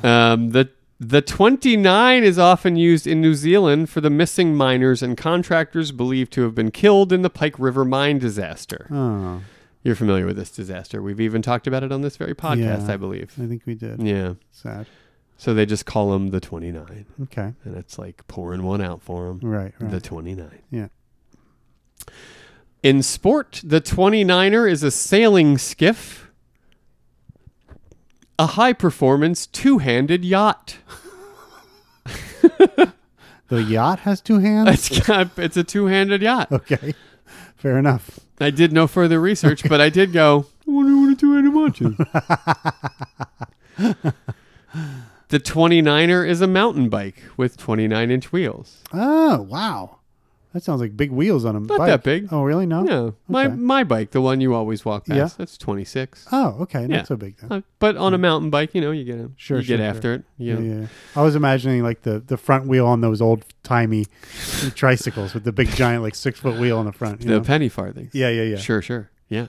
um, the the 29 is often used in New Zealand for the missing miners and contractors believed to have been killed in the Pike River mine disaster.
Oh,
You're familiar with this disaster. We've even talked about it on this very podcast,
Yeah.
I believe.
I think we did.
Yeah.
Sad.
So they just call them the 29.
Okay.
And it's like pouring one out for them.
Right. Hmm. Right.
The 29.
yeah.
In sport, the 29er is a sailing skiff, a high performance two handed yacht.
The yacht has two hands.
It's, got- it's a two handed yacht.
okay. Fair enough.
I did no further research, but I did go, I wonder what a two handed watch is. the 29er is a mountain bike with 29 inch wheels.
Oh wow, that sounds like big wheels on a bike.
that big.
Oh really? No.
No, my,
Okay.
my bike, the one you always walk past,
Yeah.
that's 26.
Oh okay, not
Yeah.
so big then.
Uh, but on a mountain bike, you know, you get,
Sure,
you get
sure,
after
sure.
it. You know.
Yeah. I was imagining like the, the front wheel on those old timey tricycles with the big giant like six foot wheel on the front. you
the
know?
penny farthing.
yeah, yeah, yeah.
Sure, sure. Yeah.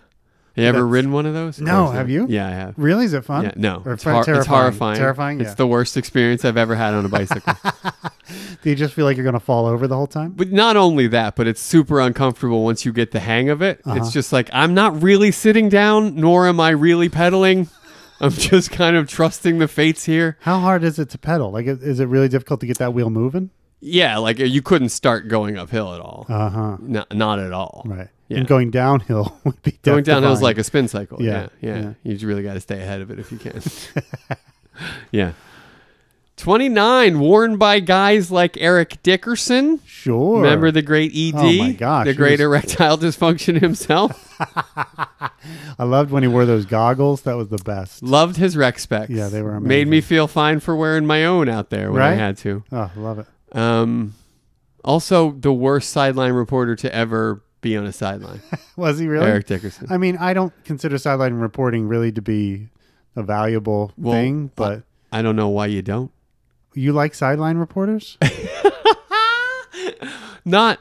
You ever
That's-
ridden one of those? Of
No,
course not.
have you?
Yeah, I have.
Really? Is it fun?
Yeah, no.
Or
It's,
fun-
hor-
terrifying.
it's horrifying.
Terrifying,
It's
yeah.
the worst experience I've ever had on a bicycle.
Do you just feel like you're gonna fall over the whole time?
but not only that, but it's super uncomfortable once you get the hang of it.
Uh-huh.
It's just like I'm not really sitting down, nor am I really pedaling. I'm just kind of trusting the fates here.
How hard is it to pedal? Like, is is it really difficult to get that wheel moving?
Yeah, like you couldn't start going uphill at all.
Uh huh.
No, not at all.
Right.
Yeah.
And going downhill would be
Going downhill is
death-defying.
like a spin cycle.
Yeah,
Yeah, yeah.
yeah.
You just really got to stay ahead of it if you can. yeah. 29, worn by guys like Eric Dickerson.
sure.
Remember the great ED?
Oh my gosh,
The
he
great
was-
erectile dysfunction himself.
I loved when he wore those goggles. That was the best.
Loved his rec specs.
Yeah, they were
Made me
amazing.
feel fine for wearing my own out there when I
Right?
had to.
Oh, love it.
Um, also, the worst sideline reporter to ever be on a sideline,
Was he really?
Eric Dickerson.
I mean, I don't consider sideline reporting really to be a valuable
Well,
thing, but
I don't know why you don't.
you like sideline reporters?
not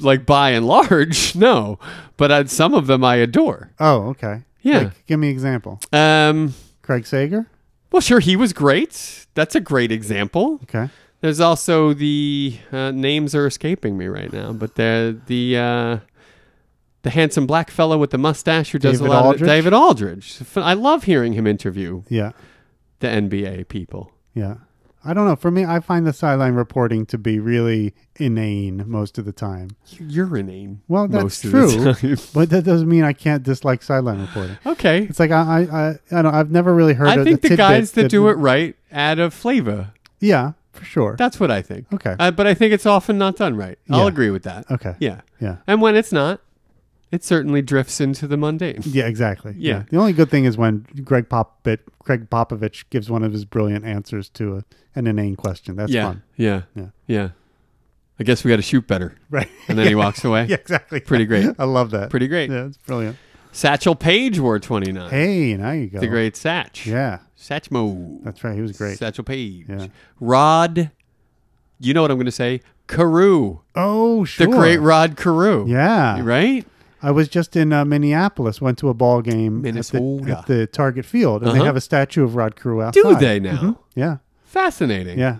like by and large, no. But i some of them I adore.
oh, okay.
Yeah.
Like, give me an example.
Um,
Craig Sager?
Well, sure, he was great. That's a great example.
Okay.
There's also the uh, names are escaping me right now, but the the uh, the handsome black fellow with the mustache who does
David
a lot
Aldridge?
of David Aldridge. F- I love hearing him interview
Yeah.
the NBA people.
Yeah. I don't know. For me, I find the sideline reporting to be really inane most of the time.
You're inane.
Well, that's
most of the
true,
time.
but that doesn't mean I can't dislike sideline reporting.
okay.
It's like I, I, I, I don't. I've never really heard.
I
of
think the,
tidbit
guys that, do it right add a flavor.
Yeah, for sure.
That's what I think.
Okay.
Uh, but I think it's often not done right.
Yeah.
I'll agree with that.
okay.
Yeah.
Yeah.
And when it's not, it certainly drifts into the mundane.
Yeah, exactly.
Yeah.
The only good thing is when Greg Popovich, Greg Popovich gives one of his brilliant answers to a, an inane question. That's
yeah,
fun.
yeah.
Yeah.
Yeah. I guess we got to shoot better.
Right.
And then he walks away.
yeah, exactly.
Pretty great.
I love that.
Pretty great.
Yeah, it's brilliant.
Satchel Paige wore 29.
Hey, now you go.
The great Satch.
Yeah,
Satchmo.
that's right. He was great.
Satchel Paige.
Yeah.
Rod, you know what I'm going to say? Carew.
Oh,
The
sure.
great Rod Carew.
Yeah.
Right?
I was just in uh, Minneapolis. Went to a ball game at the,
Minnesota.
at the Target Field, and they
Uh-huh.
have a statue of Rod Carew outside.
Do they now?
Yeah.
Fascinating.
Mm-hmm. Yeah.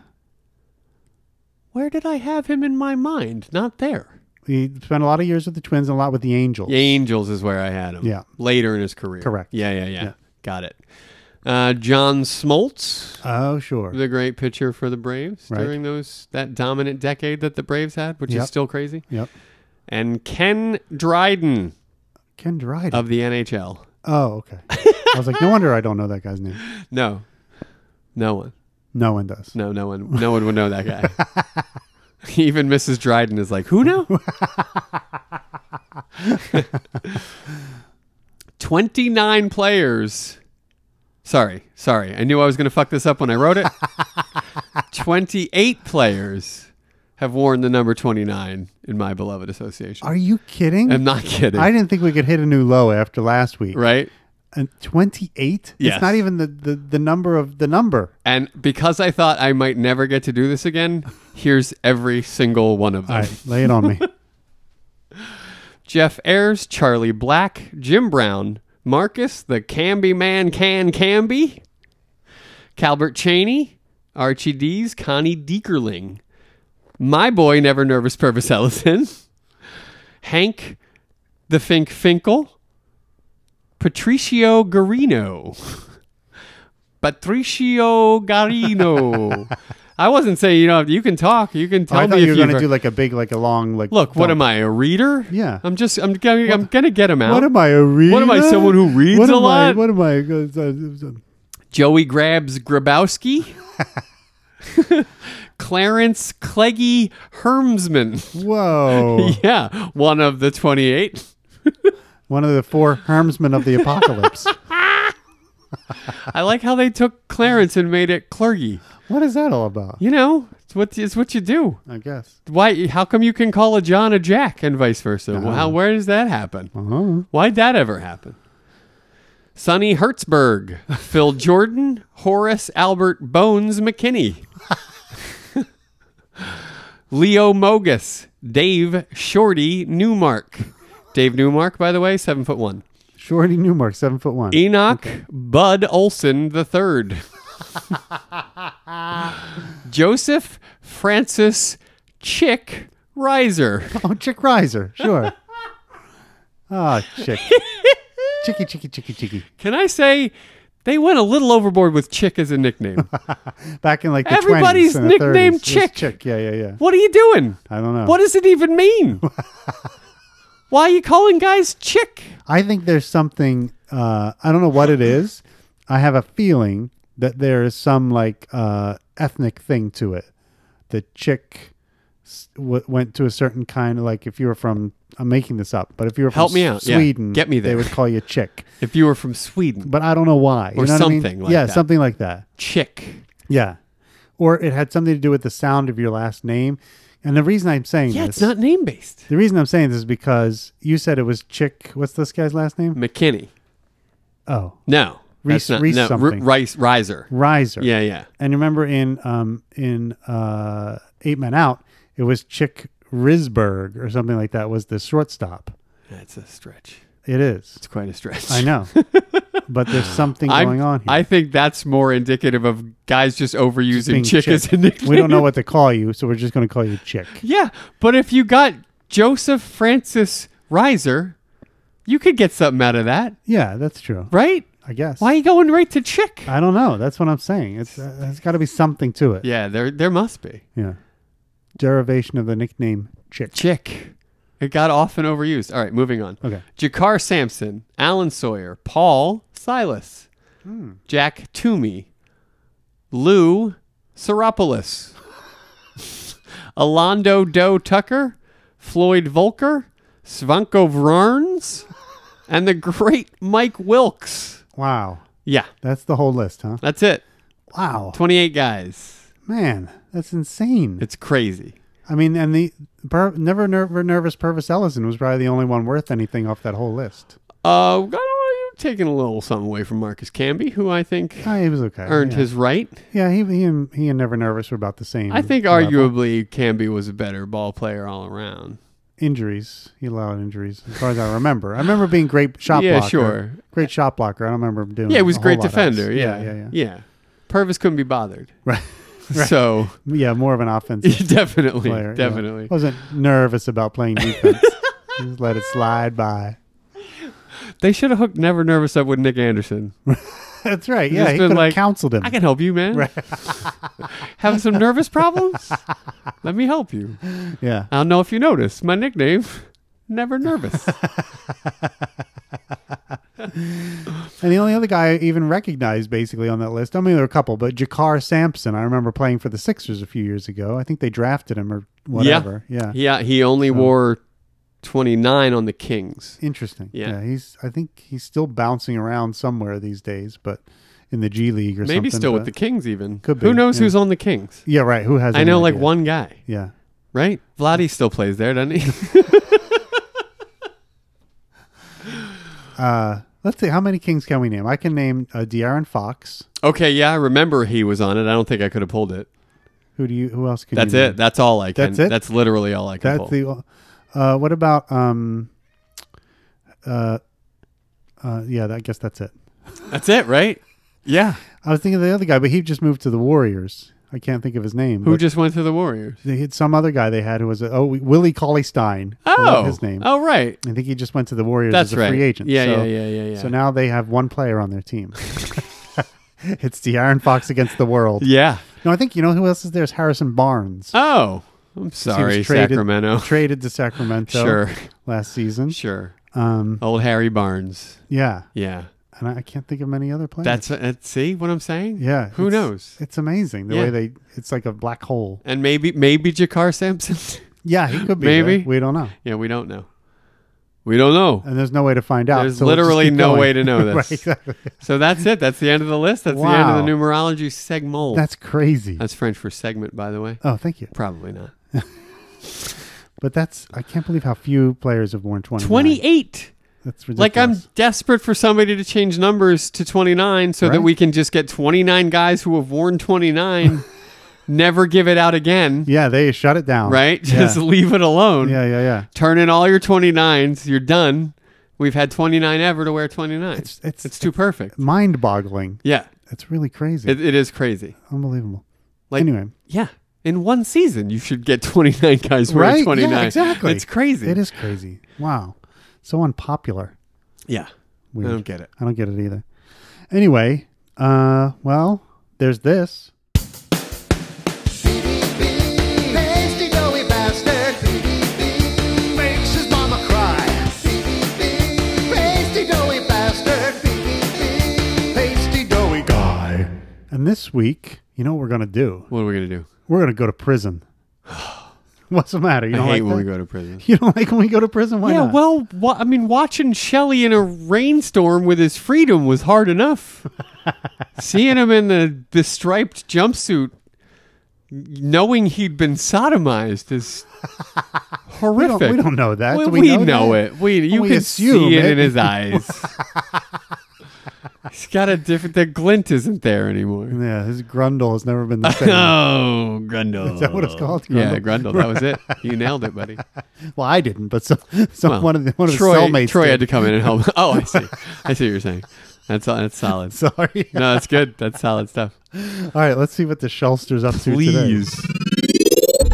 Where did I have him in my mind? Not there.
He spent a lot of years with the Twins and a lot with the Angels.
The Angels is where I had him.
Yeah.
Later in his career.
Correct.
Yeah, yeah, yeah.
Yeah.
Got it. Uh, John Smoltz,
Oh, sure.
the great pitcher for the Braves
Right.
during those that dominant decade that the Braves had, which
Yep.
is still crazy.
yep.
And Ken Dryden
Ken Dryden.
of the NHL.
oh, okay. I was like, no wonder I don't know that guy's name.
No. No one.
No one does.
No, no one. No one would know that guy. Even Mrs. Dryden is like, who now? 29 players. Sorry, sorry. I knew I was going to fuck this up when I wrote it. 28 players have worn the number 29 in my beloved association.
Are you kidding?
I'm not kidding.
I didn't think we could hit a new low after last week.
right?
And 28? It's
Yes.
not even the, the, the number of the number.
And because I thought I might never get to do this again, here's every single one of them.
All right, lay it on me.
Jeff Ayers, Charlie Black, Jim Brown, Marcus, the Camby Man Can Camby, Calbert Cheney, Archie Dees, Connie Deekerling, my boy, Never Nervous Purvis Ellison, Hank, the Fink Finkel, Patricio Garino. Patricio Garino. I wasn't saying you know you can talk. You can tell
Oh, I thought
me
you were
if
going
you've
to
heard-
do like a big, like a long, like.
Look, what
dump.
am I, a reader?
Yeah.
I'm just, I'm gonna, I'm gonna get him out.
What am I, a reader?
am I, someone who reads
What
a
am I-
lot?
what am I? uh, uh, uh,
Joey grabs Grabowski. Clarence Cleggy Hermsman.
Whoa.
yeah, one of the 28.
One of the four hermsmen of the apocalypse.
I like how they took Clarence and made it Clergy.
what is that all about?
You know, it's what, it's what you do.
I guess.
Why? How come you can call a John a Jack and vice versa? Well,
Oh.
how, where does that happen?
Uh-huh.
Why'd that ever happen? Sonny Hertzberg, Phil Jordan, Horace Albert Bones McKinney, Leo Mogus, Dave Shorty Newmark. Dave Newmark, by the way, seven foot one.
Shorty Newmark, seven foot one.
Enoch Bud Olson the third. Joseph Francis Chick Riser.
Oh, Chick Riser, sure. Ah, Chick. Chicky, chicky, chicky, chicky.
Can I say they went a little overboard with Chick as a nickname?
Back in like the
Everybody's
20s and the 30s,
nicknamed
it was
Chick.
Chick, yeah, yeah, yeah.
What are you doing?
I don't know.
What does it even mean? Why are you calling guys chick?
I think there's something. Uh, I don't know what it is. I have a feeling that there is some like uh, ethnic thing to it. The chick s- w- went to a certain kind of like if you were from. I'm making this up, but if you were from
Help me
S-
out, yeah.
Sweden,
Get me
They
there.
would call you chick,
If you were from Sweden,
but I don't know why. You
Or
know what I mean?
something like
yeah,
that.
something like that.
chick.
Yeah, or it had something to do with the sound of your last name. And the reason I'm saying
Yeah,
this,
it's not name based.
the reason I'm saying this is because you said it was chick. What's this guy's last name?
McKinney.
Oh,
No.
Reese-
that's not,
Reese
no. R-
something.
Rice Riser.
Riser.
Yeah, yeah.
And remember in um in uh Eight Men Out, it was Chick Risberg or something like that was the shortstop.
That's a stretch.
It is.
It's quite a stretch.
I know. but there's something
I'm-
going on here.
I think that's more indicative of guys just overusing
Being
chick, as a nickname.
We don't know what to call you, so we're just going to call you Chick.
Yeah, but if you got Joseph Francis Riser, you could get something out of that,
Yeah, that's true.
right?
I guess.
Why are you going right to chick?
I don't know. That's what I'm saying. It's uh, there's got to be something to it.
Yeah, there there must be
Yeah. Derivation of the nickname Chick.
chick. It got often overused. All right, moving on.
Okay.
Jakar Sampson, Alan Sawyer, Paul Silas, Jack Toomey, Lou Seropoulos, Alondo Doe Tucker, Floyd Volker, Svanko Vrarns, and the great Mike Wilkes.
Wow.
Yeah,
That's the whole list, huh?
that's it.
Wow.
28 guys.
Man, that's insane.
It's crazy.
I mean, and the per, never never nervous Purvis Ellison was probably the only one worth anything off that whole list.
Uh, I don't know, you're taking a little something away from Marcus Camby, who I think
Ah, he was okay.
earned
yeah. Mm-hmm.
his right.
Yeah, he he and, he and never nervous were about the same.
I think
level.
arguably Camby was a better ball player all around.
injuries. He allowed injuries, as far as I remember. I remember being great shot
Yeah,
blocker.
sure.
Great shot blocker. I don't remember him doing.
Yeah, he was
a whole
great
lot else.
defender. Yeah.
yeah, yeah,
Purvis couldn't be bothered.
Right.
So
Yeah, more of an offensive
definitely,
player. yeah.
definitely.
wasn't nervous about playing defense. Just let it slide by.
They should have hooked Never Nervous up with Nick Anderson.
That's right. Yeah,
Just
he
been
could have
like,
counseled him.
I can help you, man. Having some nervous problems? Let me help you.
yeah,
I don't know if you noticed. My nickname, Never Nervous.
and the only other guy I even recognized basically on that list. I mean, there were a couple, but Jakar Sampson. I remember playing for the Sixers a few years ago. I think they drafted him or whatever. Yeah,
yeah, he only wore 29 on the Kings.
interesting.
Yeah.
he's. I think he's still bouncing around somewhere these days, but in the G League or something.
Maybe still with
but-
the Kings, even.
Could
Who
be,
knows
yeah.
who's on the Kings?
Yeah, right. Who has?
I
any
know like
idea?
one guy,
Yeah,
right? Vladdy still plays there, doesn't he?
Uh, let's see. How many Kings can we name? I can name uh, De'Aaron Fox.
Okay, yeah, I remember he was on it. I don't think I could have pulled it.
Who do you? Who else could?
That's
you name?
it. That's all I can.
Mm. That's it?
That's literally all I can
That's
pull.
the. Uh, what about um. Uh, uh, yeah. I guess that's it.
That's it, right? Yeah.
I was thinking of the other guy, but he just moved to the Warriors. I can't think of his name.
Who
but
just went to the Warriors?
they had some other guy they had who was a, oh Willie Cauley Stein. I
Oh,
love his name.
Oh, right.
I think he just went to the Warriors
That's
as a
right.
free agent.
Yeah,
so,
yeah, yeah, yeah, yeah.
So now they have one player on their team. it's De'Aaron Fox against the world.
Yeah.
No, I think you know who else is there is Harrison Barnes.
Oh, I'm
He was
sorry,
traded-
Sacramento.
traded to Sacramento
Sure,
last season.
sure.
Um,
Old Harry Barnes.
yeah,
Yeah.
and I, I can't think of many other players.
That's, that's see what I'm saying.
yeah.
Who
it's-
knows?
It's amazing the
Yeah.
way they. It's like a black hole.
And maybe maybe Jakar Sampson.
Yeah, he could be.
Maybe.
there. we don't know,
yeah, we don't know. We don't know.
and there's no way to find out.
There's
so we'll just
literally
keep
no
going.
way to know this.
right, exactly.
So that's it. That's the end of the list. That's the end of the
Wow.
numerology segment.
That's crazy.
That's French for segment, by the way.
oh, thank you.
Probably not.
But that's. I can't believe how few players have worn twenty.
28.
That's ridiculous.
Like, I'm desperate for somebody to change numbers to 29 so that
Right.
we can just get 29 guys who have worn 29, never give it out again,
Yeah, they shut it down.
right?
Yeah.
Just leave it alone.
yeah, yeah, yeah.
Turn in all your 29s. You're done. We've had 29 ever to wear 29. It's,
it's-
too perfect.
Mind-boggling.
Yeah,
It's really crazy.
it, it is crazy.
Unbelievable.
Like,
anyway,
yeah. In one season, you should get 29 guys wear
right?
29.
Yeah, exactly.
It's crazy.
It is crazy. Wow, so unpopular.
Yeah.
Weird.
I don't get it.
I don't get it either. Anyway, uh, well, there's this.
Nasty doughy bastard. Makes his mama cry. Nasty doughy bastard. Pasty doughy guy.
And this week, you know what we're gonna do?
What are we going to do?
We're gonna go to prison. What's the matter? You
I
don't
hate
like
when we
that?
go to prison.
You don't like when we go to prison? Why
yeah,
not?
well, wa- I mean, watching Shelley in a rainstorm with his freedom was hard enough. Seeing him in the, the striped jumpsuit, knowing he'd been sodomized is
we
horrific.
don't, we don't know that.
We,
Do we,
we
know,
know
that?
it. We you
We
can
assume
see it,
it.
in his eyes. He's got a different. The glint isn't there anymore.
Yeah, his grundle has never been the same.
Oh, Grundle.
Is that what it's called?
Yeah,
Grundle?
Grundle. That was it. You nailed it, buddy.
well, I didn't, but so, so
Well,
one of the one of
Troy,
the cellmates.
Troy
did.
had to come in and help. Oh, I see. I see what you're saying. That's that's solid.
Sorry.
No, that's good. That's solid stuff.
All right, let's see what the Shulster's up to today.
Please.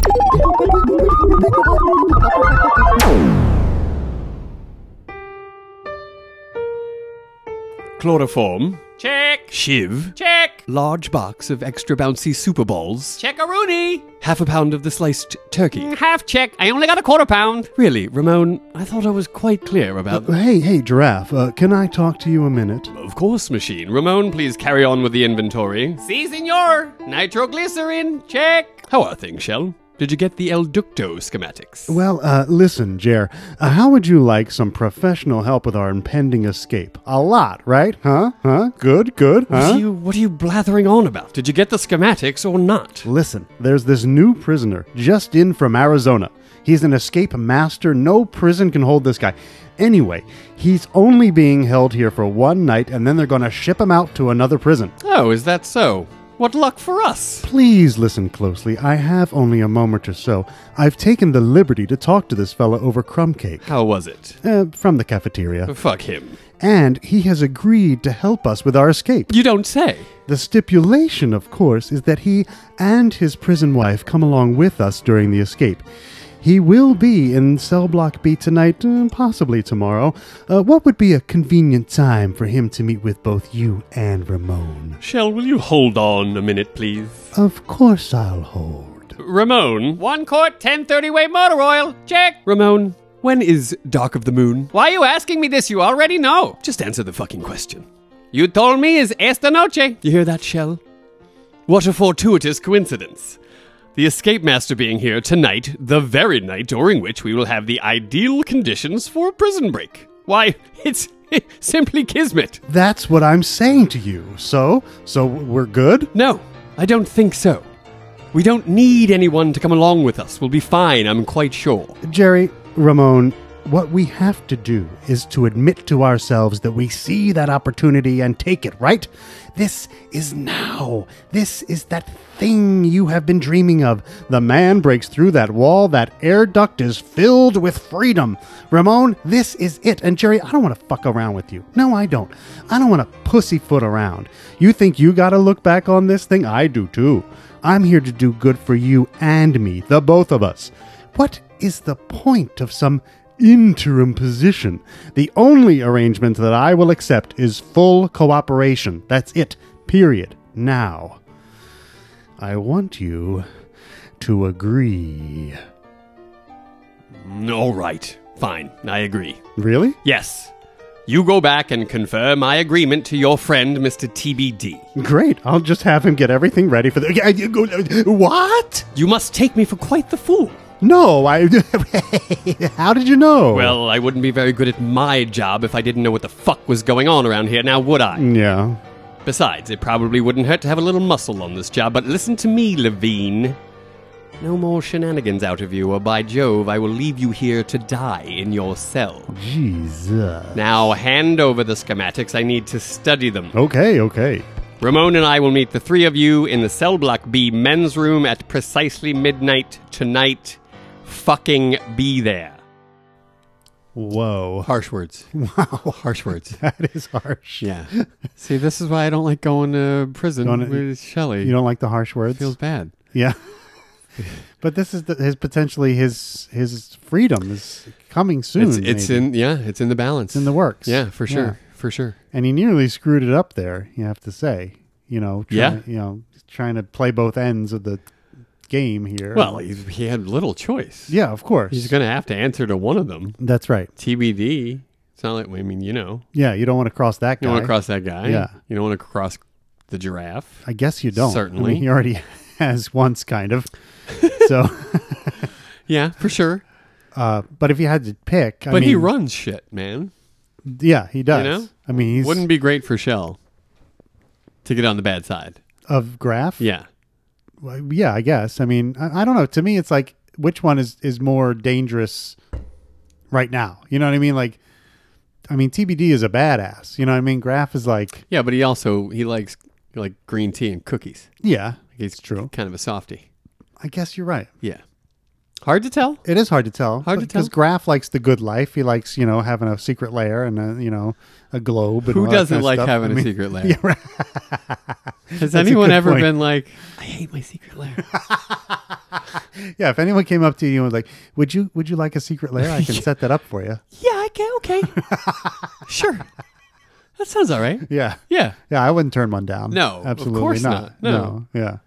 Chloroform.
Check.
Shiv.
Check.
Large box of extra bouncy Super Bowls.
Checkaroonie.
Half a pound of the sliced turkey.
Mm, Half check. I only got a quarter pound.
Really, Ramon, I thought I was quite clear about
Hey, hey, giraffe. Uh, can I talk to you a minute?
Of course, machine. Ramon, please carry on with the inventory.
Si, senor. Nitroglycerin. Check.
How are things, Shell? Did you get the El Ducto schematics?
Well, uh, listen, Jer. Uh, how would you like some professional help with our impending escape? A lot, right? Huh? Huh? Good, good,
What,
huh?
are you, what are you blathering on about? Did you get the schematics or not?
Listen, there's this new prisoner just in from Arizona. He's an escape master. No prison can hold this guy. Anyway, he's only being held here for one night, and then they're going to ship him out to another prison.
Oh, is that so? What luck for us!
Please listen closely. I have only a moment or so. I've taken the liberty to talk to this fella over crumb cake
How was it?
uh, from the cafeteria,
Fuck him.
and he has agreed to help us with our escape.
You don't say.
The stipulation, of course, is that he and his prison wife come along with us during the escape. He will be in cell block B tonight, uh, possibly tomorrow. Uh, what would be a convenient time for him to meet with both you and Ramon?
Shell, will you hold on a minute, please?
Of course, I'll hold.
Ramon?
One quart 1030 weight motor oil. Check.
Ramon, when is Dark of the Moon?
Why are you asking me this? You already know.
Just answer the fucking question.
You told me is esta noche.
You hear that, Shell? What a fortuitous coincidence. The Escape Master being here tonight, the very night during which we will have the ideal conditions for a prison break. Why, it's simply kismet.
That's what I'm saying to you. So, so we're good.
No, I don't think so. We don't need anyone to come along with us. We'll be fine, I'm quite sure.
Jerry, Ramon, what we have to do is to admit to ourselves that we see that opportunity and take it, right? This is now. This is that thing you have been dreaming of. The man breaks through that wall. That air duct is filled with freedom. Ramon, this is it. And Jerry, I don't want to fuck around with you. No, I don't. I don't want to pussyfoot around. You think you got to look back on this thing? I do too. I'm here to do good for you and me, the both of us. What is the point of some interim position? The only arrangement that I will accept is full cooperation. That's it. Period. Now, I want you to agree.
All right, fine, I agree.
Really?
Yes, you go back and confer my agreement to your friend, Mr. TBD.
Great. I'll just have him get everything ready for the. What?
You must take me for quite the fool.
No, I. How did you know?
Well, I wouldn't be very good at my job if I didn't know what the fuck was going on around here, now would I?
Yeah.
Besides, it probably wouldn't hurt to have a little muscle on this job, but listen to me, Levine. No more shenanigans out of you, or by Jove, I will leave you here to die in your cell.
Jesus.
Now hand over the schematics, I need to study them.
Okay, okay.
Ramon and I will meet the three of you in the cell block B men's room at precisely midnight tonight. Fucking be there.
Whoa.
Harsh words. Wow. Harsh words.
That is harsh.
Yeah. See, this is why I don't like going to prison
Don't-
with Shelley.
You don't like the harsh words?
feels bad.
Yeah. but this is the, his potentially his his freedom is coming soon.
It's, it's
maybe.
in yeah, it's in the balance.
It's in the works.
yeah, for sure, for sure.
And he nearly screwed it up there, you have to say. You know, try,
Yeah.
you know, trying to play both ends of the game here.
Well, he, he had little choice.
yeah, of course.
He's gonna have to answer to one of them.
That's right.
TBD. It's not like I mean, you know,
Yeah, you don't want to cross that guy.
you don't want to cross that guy.
Yeah.
You don't want to cross the giraffe.
I guess you don't. I
Certainly.
mean, he already has once kind of. so,
Yeah, for sure.
uh, but if you had to pick, I
But he
mean,
runs shit, man.
yeah, he does.
know?
I mean, he's
Wouldn't be great for Shell to get on the bad side.
of graph.
Yeah.
Well, yeah, I guess. I mean, I, I don't know. To me, it's like which one is is more dangerous right now. You know what I mean? Like, I mean, TBD is a badass. You know what I mean? Graf is like,
Yeah, but he also he likes like green tea and cookies.
yeah,
He's
true.
Kind of a softy.
I guess you're right.
Yeah. Hard to tell.
It is hard to tell.
Hard to
Because
tell.
Graf likes the good life. He likes, you know, having a secret lair and, a, you know, a globe. And
Who
all that
doesn't
kinda
like
stuff. I
having a
mean,
secret lair?
Yeah, right.
Has anyone
good
ever
point.
been like, I hate my secret lair?
Yeah, if anyone came up to you and was like, "Would you would you like a secret lair? I can set that up for you."
yeah, I can. Okay. sure. That sounds all right.
Yeah,
Yeah.
yeah, I wouldn't turn one down.
No, of
absolutely
course not. No.
yeah,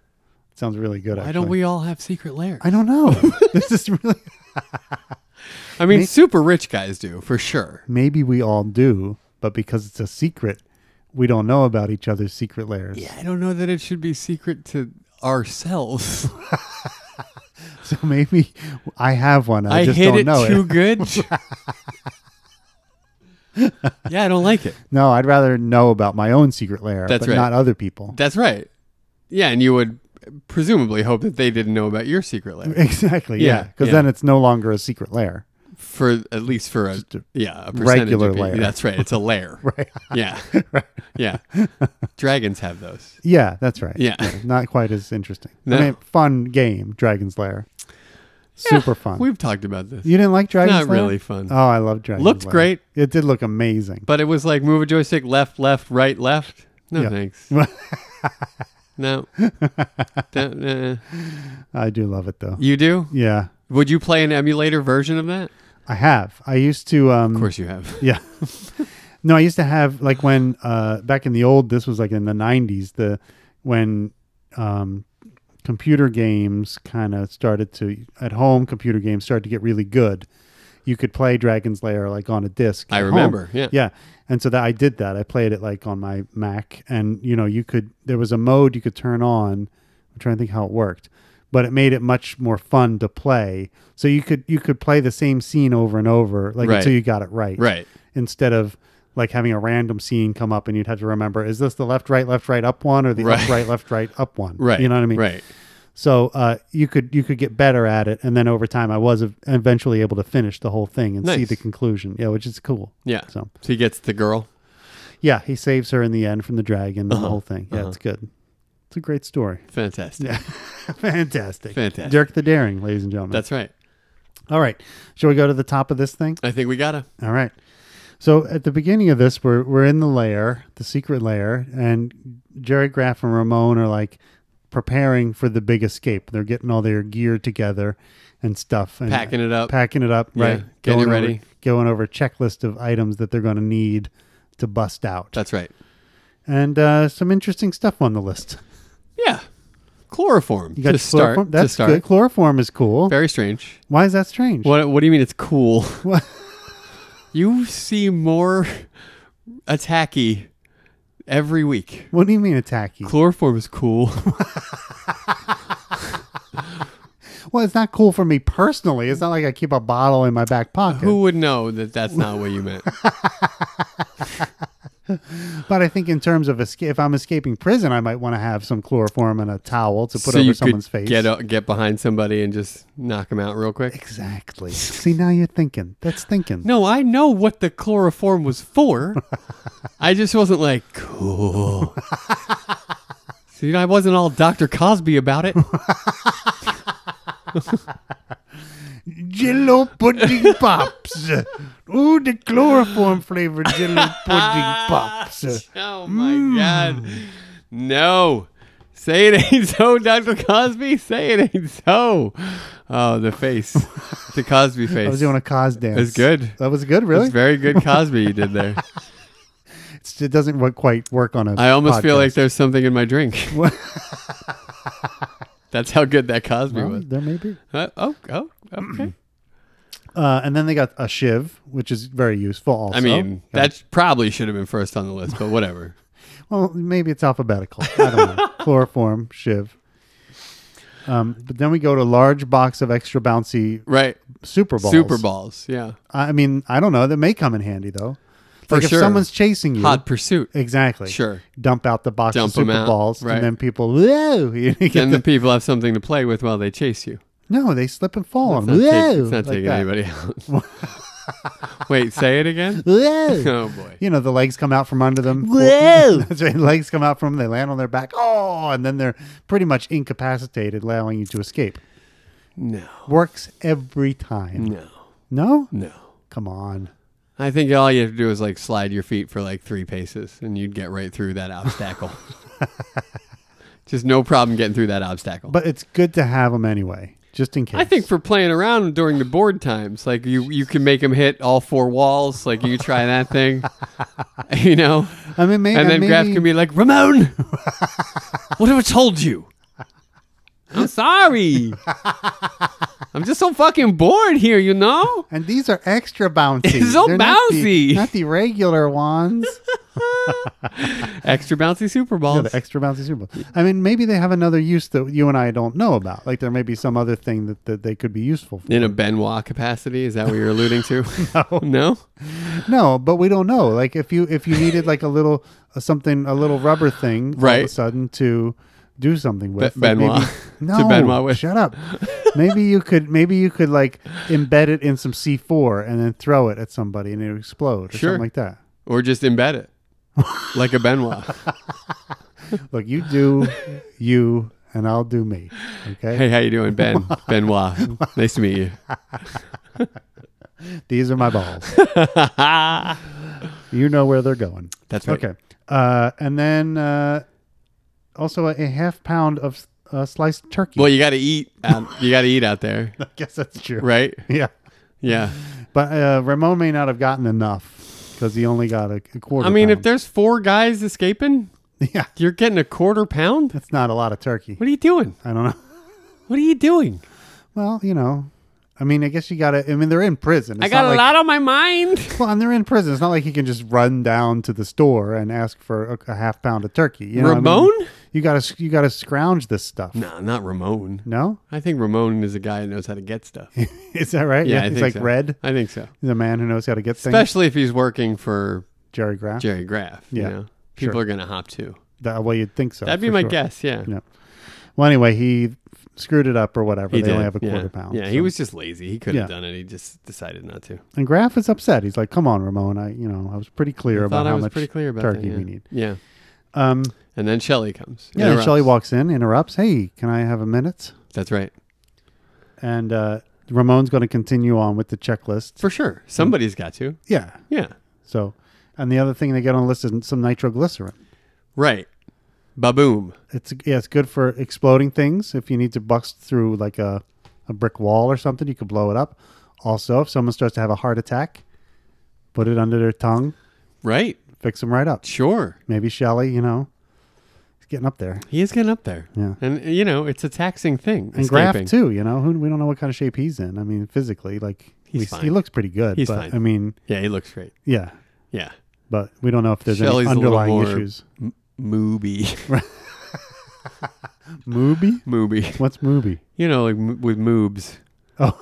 sounds really good.
Why don't
actually.
we all have secret lairs?
I don't know. this is really
I mean, super rich guys do for sure.
maybe we all do, but because it's a secret, we don't know about each other's secret lairs.
Yeah, I don't know that it should be secret to ourselves.
So maybe I have one. I,
I,
just
hid
don't
it
know
too
it.
good. yeah, I don't like it.
No, I'd rather know about my own secret lair,
That's
but
right.
not other people.
That's right. Yeah, and you would presumably hope that they didn't know about your secret lair
exactly. Yeah,
Yeah,
because
yeah.
then it's no longer a secret lair.
for at least for a,
a
yeah a percentage
regular
of you-
lair.
That's right. It's a lair. right. Yeah. Yeah. Dragons have those.
Yeah, that's right.
Yeah.
not quite as interesting.
No.
I mean, fun game, Dragon's Lair. Super fun.
We've talked about this.
you didn't like Dragon's
Not
Lair?
really fun.
Oh, I love Dragon's
Looked
Lair.
great.
It did look amazing.
But it was like move a joystick left, left, right, left. No
Yeah.
thanks. no. Don't- uh,
I do love it though.
you do?
Yeah,
Would you play an emulator version of that?
I have. I used to. Um,
Of course you have.
Yeah. no, I used to have like when uh, back in the old. This was like in the '90s. The when um, computer games kind of started to at home. Computer games started to get really good. You could play Dragon's Lair like on a disc.
I
at home.
remember, yeah.
Yeah. And so that I did that. I played it like on my Mac, and you know, you could. There was a mode you could turn on. I'm trying to think how it worked, but it made it much more fun to play. So you could you could play the same scene over and over, like
Right.
until you got it right
Right.
instead of like having a random scene come up and you'd have to remember is this the left right left right up one or the
Right.
up right left right up one
Right.
you know what i mean
Right.
so uh, you could you could get better at it and then over time i was ev- eventually able to finish the whole thing and see
Nice.
the conclusion yeah which is cool
Yeah.
so
So he gets the girl.
yeah he saves her in the end from the dragon
Uh-huh.
the whole thing yeah it's good it's a great story
Fantastic.
fantastic
Fantastic.
dirk the daring ladies and gentlemen
That's right.
all right shall we go to the top of this thing
I think we gotta.
All right. So at the beginning of this, we're we're in the lair, the secret lair, and Jerry Graff and Ramon are like preparing for the big escape. They're getting all their gear together and stuff, and
Packing it up.
packing it up,
Yeah,
right?
getting it
Going over-
ready.
going over a checklist of items that they're going to need to bust out,
That's right.
and uh, some interesting stuff on the list.
Yeah. Chloroform.
You got
to start.
chloroform.
to
That's
start.
good. Chloroform is cool.
Very strange.
Why is that strange?
What What do you mean? It's cool.
What?
you see more attacky every week.
What do you mean attacky?
Chloroform is cool.
well, it's not cool for me personally. It's not like I keep a bottle in my back pocket.
Who would know that that's not what you meant?
But I think in terms of escape, if I'm escaping prison, I might want to have some chloroform and a towel to put
so
over
you
someone's
could
face.
get up, get behind somebody and just knock them out real quick.
exactly. See, now you're thinking. That's thinking.
No, I know what the chloroform was for. I just wasn't like cool. See, I wasn't all Dr. Cosby about it.
Jello pudding pops. Ooh, the chloroform flavored jello pudding pops.
Oh my god. No. Say it ain't so, Dr. Cosby. Say it ain't so. Oh, the face. The Cosby face.
I was doing a cos dance.
It's good.
That was good, really.
It's very good Cosby you did there.
It's- it doesn't wo- quite work on a.
I almost feel like
podcast.
there's something in my drink. That's how good that Cosby
Well,
was.
there may be.
Uh, oh, oh, okay.
Uh, and then they got a shiv, which is very useful. Also,
I mean,
Yeah.
that probably should have been first on the list, but whatever.
Well, maybe it's alphabetical. I don't know. Chloroform, shiv. Um, but then we go to large box of extra bouncy
Right.
super balls.
Super balls. Yeah.
I mean, I don't know. That may come in handy though.
For
like
sure.
if someone's chasing you,
Hot pursuit.
exactly.
Sure.
Dump out the box
Dump
of
'em
super
out,
balls,
right.
and then people, whoa! You get
Then
the,
the people have something to play with while they chase you.
no, they slip and fall on
It's
them.
not, take-
Whoa!
it's not
Like
taking
that.
anybody out. Wait, say it again.
Whoa.
Oh boy.
You know, the legs come out from under them.
Whoa.
That's right. Legs come out from them. They land on their back. Oh, and then they're pretty much incapacitated, allowing you to escape.
No.
Works every time.
No.
No?
No.
Come on.
I think all you have to do is like slide your feet for like three paces and you'd get right through that obstacle. Just no problem getting through that obstacle.
But it's good to have them anyway, just in case.
I think for playing around during the board times, like you, you can make them hit all four walls. Like you try that thing, you know,
I mean, may-
and then
maybe.
Graf can be like, Ramon, what have I told you? I'm sorry. I'm just so fucking bored here, you know.
and these are extra bouncy.
It's so
They're not the-
bouncy.
Not the, regular ones.
Extra bouncy super balls.
Yeah, the extra bouncy Super Bowl. I mean, maybe they have another use that you and I don't know about. Like there may be some other thing that, that they could be useful for.
In a Benoit capacity, is that what you're alluding to? no.
No, but we don't know. Like if you if you needed like a little uh, something, a little rubber thing, all of a
Right.
sudden to do something with
Be-
like,
Benoit.
maybe-
To
no,
Benoit with.
shut up. maybe you could maybe you could like embed it in some C four and then throw it at somebody and it would explode or
Sure.
something like that.
Or just embed it like a Benoit.
Look, you do you and I'll do me. Okay,
hey, how you doing, Ben? Benoit. Nice to meet you.
these are my balls. you know where they're going.
That's right.
Okay. Uh, and then uh, also a, a half pound of uh, sliced turkey.
Well, you got to eat. Out, you got to eat out there,
I guess that's true.
right?
Yeah.
Yeah.
But uh, Ramon may not have gotten enough because he only got a, a quarter.
I mean, if
pound.
there's four guys escaping,
yeah,
you're getting a quarter pound.
that's not a lot of turkey.
What are you doing?
I don't know.
What are you doing?
Well, you know, I mean, I guess you got to. I mean, they're in prison. It's
I got
not
a
like,
lot on my mind.
Well, and they're in prison. It's not like he can just run down to the store and ask for a, a half pound of turkey. You know what I mean?
Ramon?
you got to you got to scrounge this stuff.
No, not Ramon.
No?
I think Ramon is a guy who knows how to get stuff. Yeah,
is that right?
I
he's
think
like
so.
red.
I think so.
He's a man who knows how to get things.
Especially if he's working for
Jerry Graff.
Jerry Graff.
Yeah,
You know? People
sure.
are gonna hop too.
That, well, you'd think so.
That'd be
for
my
sure.
guess. Yeah.
Yeah. Well, anyway, he screwed it up or whatever.
He
they
did.
only have a
yeah.
quarter pound.
Yeah,
so.
he was just lazy. He could
Yeah.
have done it. He just decided not to.
And Graff is upset. He's like, "Come on, Ramon. I, you know, I was pretty clear
I
about
thought I
how
was
much
pretty clear about that,
turkey
yeah.
we need."
Yeah.
Um,
And then Shelly comes.
yeah. And
interrupts.
Shelly walks in, interrupts. Hey, can I have a minute?
That's right.
And uh, Ramon's going to continue on with the checklist.
For sure. Somebody's got to.
Yeah.
Yeah.
So, and the other thing they get on the list is some nitroglycerin.
Right. Baboom.
It's yeah, it's good for exploding things. If you need to bust through like a, a brick wall or something, you could blow it up. Also, if someone starts to have a heart attack, put it under their tongue,
Right.
fix them right up.
Sure.
Maybe Shelly, you know, is getting up there.
He is getting up there.
Yeah.
And you know, it's a taxing thing.
And Graf
escaping.
too, you know, who we don't know what kind of shape he's in. I mean, physically, like we-
He's
he
fine.
looks pretty good,
He's
but
fine.
I mean,
Yeah, he looks great.
yeah,
Yeah.
but we don't know if there's
Shelley's a
any
little
underlying
more-
issues.
Movie.
Movie?
Movie.
What's movie?
You know, like m- with moobs.
Oh,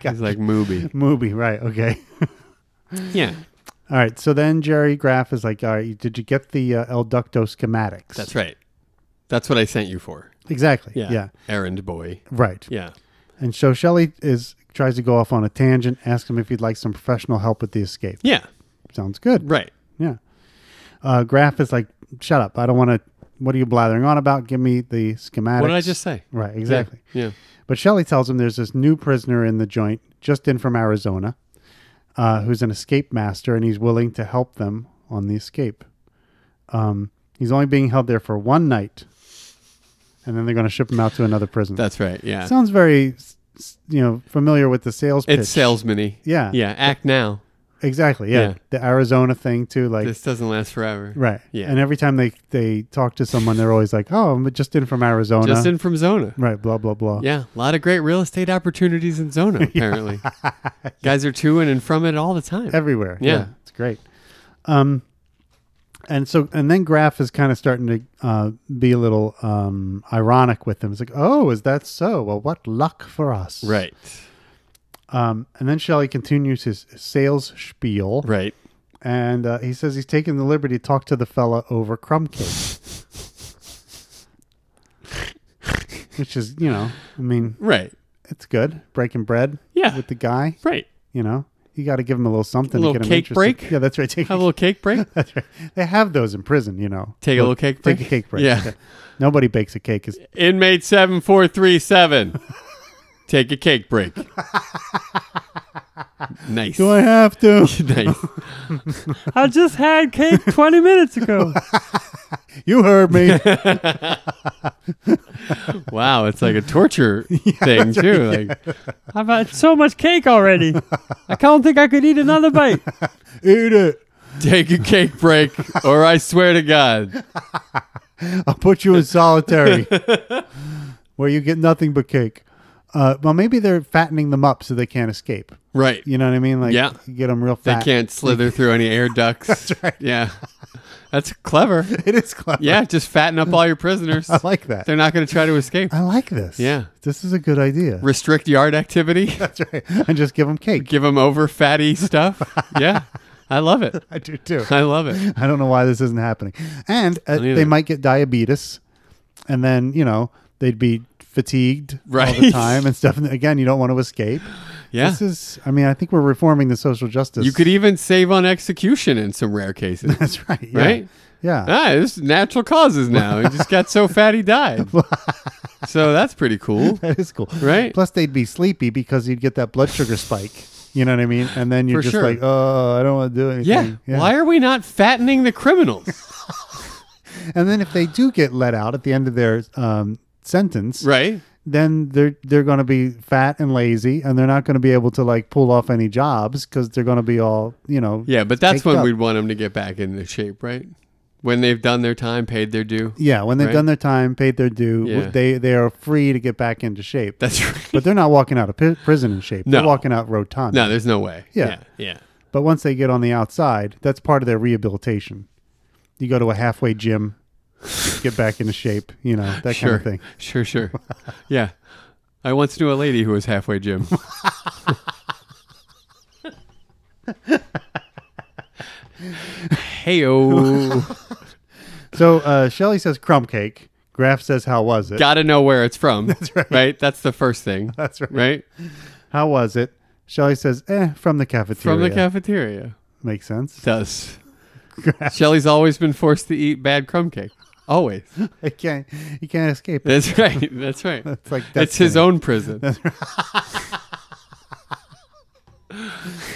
He's like movie.
movie, right? Okay.
Yeah.
All right. So then Jerry Graff is like, all right, did you get the uh, El Ducto schematics?
That's right. That's what I sent you for.
Exactly.
Yeah.
Yeah.
Errand boy.
Right.
Yeah.
And so Shelley is tries to go off on a tangent, ask him if he'd like some professional help with the escape.
Yeah.
Sounds good.
Right.
Yeah. Uh, Graff is like, shut up. I don't want to. What are you blathering on about? Give me the schematics.
What did I just say?
Right. Exactly.
Yeah.
But Shelley tells him there's this new prisoner in the joint, just in from Arizona, uh, who's an escape master, and he's willing to help them on the escape. Um, he's only being held there for one night, and then they're going to ship him out to another prison.
That's right. Yeah.
sounds very, s- s- you know, familiar with the sales.
it's
pitch.
salesman-y.
Yeah.
Yeah. Act now.
Exactly. Yeah.
Yeah.
the Arizona thing too, like.
This doesn't last forever.
Right.
Yeah.
And every time they, they talk to someone, they're always like, oh, I'm just in from Arizona.
Just in from Zona.
Right. Blah, blah, blah.
Yeah, a lot of great real estate opportunities in Zona, apparently. Guys are to and and from it all the time.
everywhere.
Yeah.
it's great. Um, and so and then Graf is kind of starting to uh, be a little um, ironic with him. It's like, oh, is that so? Well, what luck for us,
right,
Um, and then Shelley continues his sales spiel,
right.
and uh, he says he's taken the liberty to talk to the fella over crumb cake. Which is, you know, I mean,
Right.
it's good breaking bread
Yeah.
with the guy.
Right.
You know, You got to give them a little something.
A
to
little
get 'em
cake
interested.
break?
Yeah, that's right. Take
Have a little cake break.
That's right. They have those in prison, you know.
Take a little cake break.
Take a cake break.
Yeah.
Nobody bakes a cake. It's,
Inmate seven four three seven. Take a cake break. nice.
Do I have to?
nice.
I just had cake 20 minutes ago.
You heard me.
Wow, it's like a torture thing too. Like
I've had so much cake already. I don't think I could eat another bite.
Eat it.
take a cake break, or I swear to God.
I'll put you in solitary where you get nothing but cake. Uh, well, maybe they're fattening them up so they can't escape.
Right.
You know what I mean? Like,
Yeah.
get them real
They
fat.
can't slither through any air ducts. That's right. Yeah. That's clever.
It is clever.
Yeah, just fatten up all your prisoners.
I like that.
They're not going to try to escape.
I like this.
Yeah.
This is a good idea.
Restrict yard activity.
That's right. And just give them cake.
Give them over fatty stuff. Yeah. I love it.
I do too.
I love it.
I don't know why this isn't happening. And uh,
either.
they might get diabetes, and then you know they'd be fatigued all the
Right.
time and stuff. And again, you don't want to escape.
Yeah.
This is. I mean, I think we're reforming the social justice.
you could even save on execution in some rare cases.
That's right. Yeah.
Right?
Yeah.
ah, this is natural causes now. He just got so fat he died. so that's pretty cool.
That is cool.
Right?
Plus, they'd be sleepy because you'd get that blood sugar spike. You know what I mean? And then you're
For
just
sure.
like, oh, I don't want to do anything.
Yeah. Why are we not fattening the criminals?
And then if they do get let out at the end of their um, sentence,
right?
then they're they're going to be fat and lazy, and they're not going to be able to like pull off any jobs because they're going to be all you know.
Yeah, but that's
caked
when
up.
we'd want them to get back into shape, right? When they've done their time, paid their due.
yeah. When they've
Right.
done their time, paid their due,
Yeah.
they they are free to get back into shape.
That's right.
but they're not walking out of pi- prison in shape. They're
No.
walking out rotund.
no, there's no way.
Yeah.
Yeah. yeah.
But once they get on the outside, that's part of their rehabilitation. You go to a halfway gym, get back into shape. You know that
Sure.
kind of thing.
Sure, sure. yeah. I once knew a lady who was halfway Jim. Heyo.
So uh, Shelly says crumb cake. Graf says, "How was it?
Gotta know where it's from. That's right. Right? That's the first thing.
That's right.
Right?
How was it?" Shelly says, "Eh, from the cafeteria."
From the cafeteria.
Makes sense.
Does. Shelly's always been forced to eat bad crumb cake. Always.
I can't. You can't escape. it.
That's right. That's right.
It's like
it's his
destiny.
own prison. it's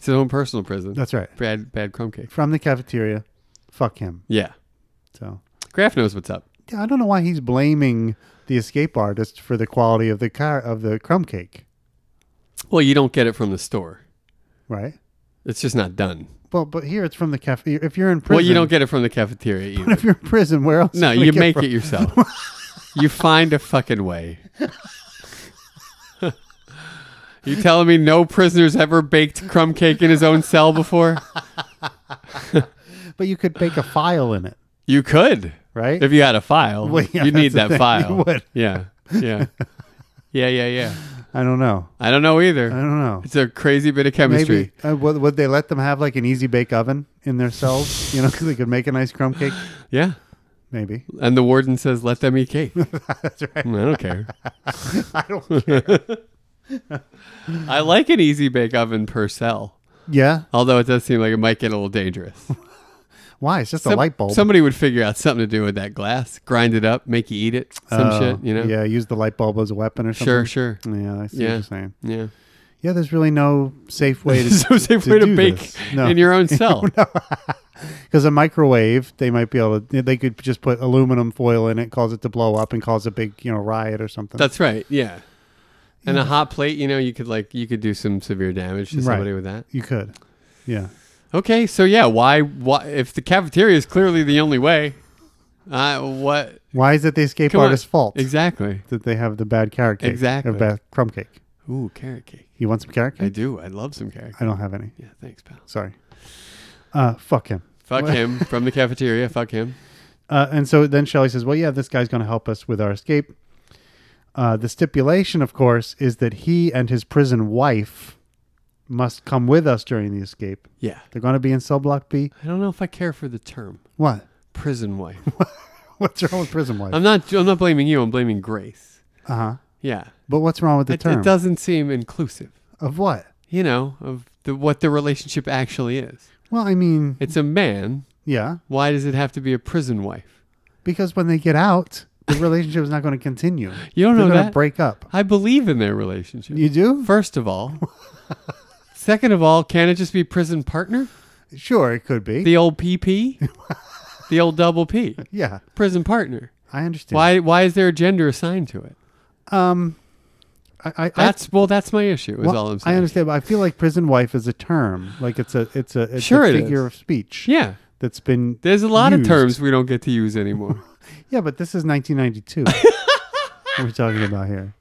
his own personal prison.
That's right.
bad bad crumb cake.
From the cafeteria. Fuck him.
Yeah,
So
Graf knows what's up.
yeah, I don't know why he's blaming the escape artist for the quality of the car of the crumb cake,
Well, you don't get it from the store.
right?
It's just not done.
Well, but here it's from the cafe. If you're in prison,
Well, you don't get it from the cafeteria either.
If you're in prison, where else?
No,
do we
you
get
make
from-
it yourself. you find a fucking way. you telling me no prisoner's ever baked crumb cake in his own cell before?
But you could bake a file in it,
You could.
right?
If you had a file,
Well, yeah,
you need
that's
that
the thing.
file.
You would.
Yeah. Yeah. yeah, yeah, yeah.
I don't know.
I don't know either.
I don't know.
It's a crazy bit of chemistry.
Maybe uh, would, would they let them have like an easy bake oven in their cells? You know, because they could make a nice crumb cake.
Yeah.
Maybe.
And the warden says, let them eat cake. That's right. I don't care.
I don't.
I like an easy bake oven per cell,
Yeah.
although it does seem like it might get a little dangerous.
Why? It's just a
Some-
light bulb.
Somebody would figure out something to do with that glass, grind it up, make you eat it, some
Oh,
shit, you know?
Yeah, use the light bulb as a weapon or something.
Sure, sure.
Yeah, I see what
Yeah.
you're saying.
Yeah.
Yeah, there's really no safe way to
so safe way to
do
bake
this. No.
in your own cell.
because a microwave they might be able to they could just put aluminum foil in it, cause it to blow up, and cause a big you know riot or something.
That's right. Yeah. And a hot plate, you know, you could like you could do some severe damage to
Right.
somebody with that.
you could. Yeah,
Okay, so yeah, why why if the cafeteria is clearly the only way, uh what
why is it the escape
Come on.
artist's fault
exactly?
that they have the bad carrot cake?
Exactly.
or bad crumb cake.
Ooh, carrot cake.
You want some carrot
I
cake?
do. I love some carrot.
I,
Cake.
don't have any.
Yeah, thanks, pal.
Sorry. Uh, fuck him.
Fuck him from the cafeteria. Fuck him.
Uh, and so then Shelley says, "Well, yeah, this guy's going to help us with our escape." Uh, the stipulation, of course, is that he and his prison wife must come with us during the escape.
Yeah.
They're going to be in cell block B.
I don't know if I care for the term
What?
prison wife.
What's wrong with prison wife?
I'm not. I'm not blaming you. I'm blaming Grace.
Uh huh.
Yeah.
But what's wrong with the
It,
term
it doesn't seem inclusive.
of what?
you know, of the, what the relationship actually is.
Well, I mean,
It's a man.
yeah,
Why does it have to be a prison wife?
because when they get out, the relationship is not going to continue.
You don't
They're
know
gonna
that.
break up.
I believe in their relationship.
You do?
First of all. Second of all, can it just be prison partner?
Sure, it could be.
The old PP? the old double P.
yeah,
Prison partner.
I understand.
Why why is there a gender assigned to it?
Um, I, I, I-
That's well that's my issue is
well,
all I'm saying.
I understand, but I feel like prison wife is a term, like it's a it's a it's
Sure
a
it
figure
is.
of speech.
Yeah.
that's been
There's a lot of
used.
terms we don't get to use anymore.
Yeah, but this is 1992. we're talking about here.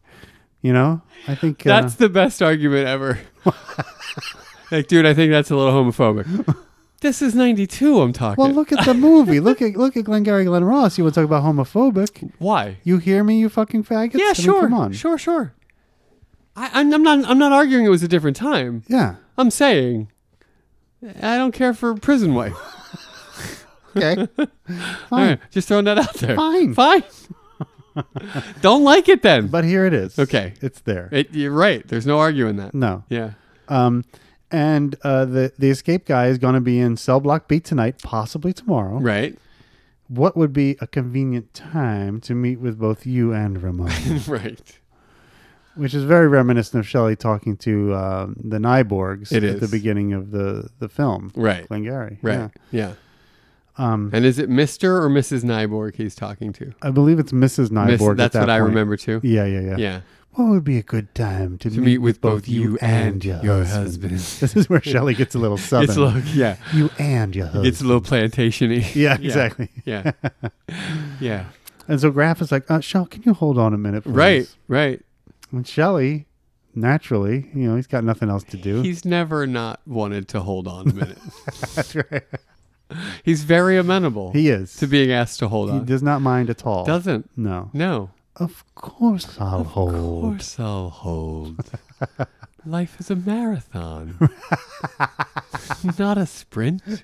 You know, I think uh,
That's the best argument ever. like, dude, I think that's a little homophobic. this is 92 I'm talking.
Well, look at the movie. look at look at Glengarry Glen Ross. You want to talk about homophobic?
Why?
You hear me, you fucking faggots? I
Yeah,
mean,
sure.
come on.
Sure, sure. I, I'm, I'm not I'm not arguing it was a different time.
Yeah.
I'm saying I don't care for prison wife.
Okay.
All right, just throwing that out there.
Fine.
Fine. don't like it then.
but here it is.
Okay.
It's there.
It- you're right. There's no arguing that.
no.
Yeah.
Um, and uh, the the escape guy is going to be in cell block B tonight, possibly tomorrow.
Right.
What would be a convenient time to meet with both you and Ramon,
right.
which is very reminiscent of Shelley talking to um the Nyborgs
It
at
is.
the beginning of the the film.
Right.
Glengarry.
Right.
Yeah.
yeah.
Um,
And is it Mr. or Mrs. Nyborg he's talking to?
I believe it's Mrs. Nyborg.
Miss,
at
that's
that
what I
point.
remember too.
Yeah, yeah, yeah.
Yeah.
What would be a good time to,
To meet with both you and your husband.
This is where Shelley gets a little southern.
It's a little, yeah.
you and your husband.
It's a little plantationy.
yeah, exactly.
Yeah. Yeah.
And so Graf is like, uh, Shell, can you hold on a minute, please?
Right. Right.
And Shelley, naturally, you know, he's got nothing else to do.
He's never not wanted to hold on a minute. He's very amenable
he is.
to being asked to hold
he
on.
does not mind at all.
Doesn't.
No.
No.
Of course I'll hold.
Of course I'll hold. Life is a marathon, not a sprint.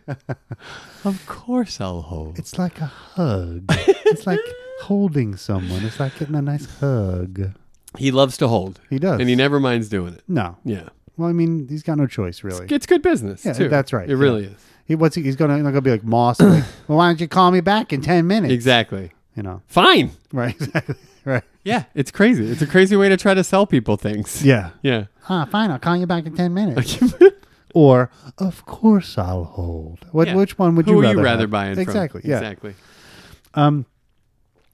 Of course I'll hold.
It's like a hug. it's like holding someone. It's like getting a nice hug.
He loves to hold,
He does.
and he never minds doing it.
No.
Yeah,
Well, I mean, he's got no choice, really.
it's good business.
Yeah,
too.
that's right,
It
yeah.
really is.
He what's he, he's gonna, gonna be like Moss, like, well, why don't you call me back in ten minutes?
Exactly.
You know,
Fine.
right? Exactly. Right.
Yeah, it's crazy. It's a crazy way to try to sell people things.
Yeah.
Yeah.
Ah, fine. I'll call you back in ten minutes. or, of course, I'll hold. What?
Yeah.
Which one would
Who
you
are
rather
you rather
have?
buying
Exactly.
from?
Yeah.
Exactly.
Um,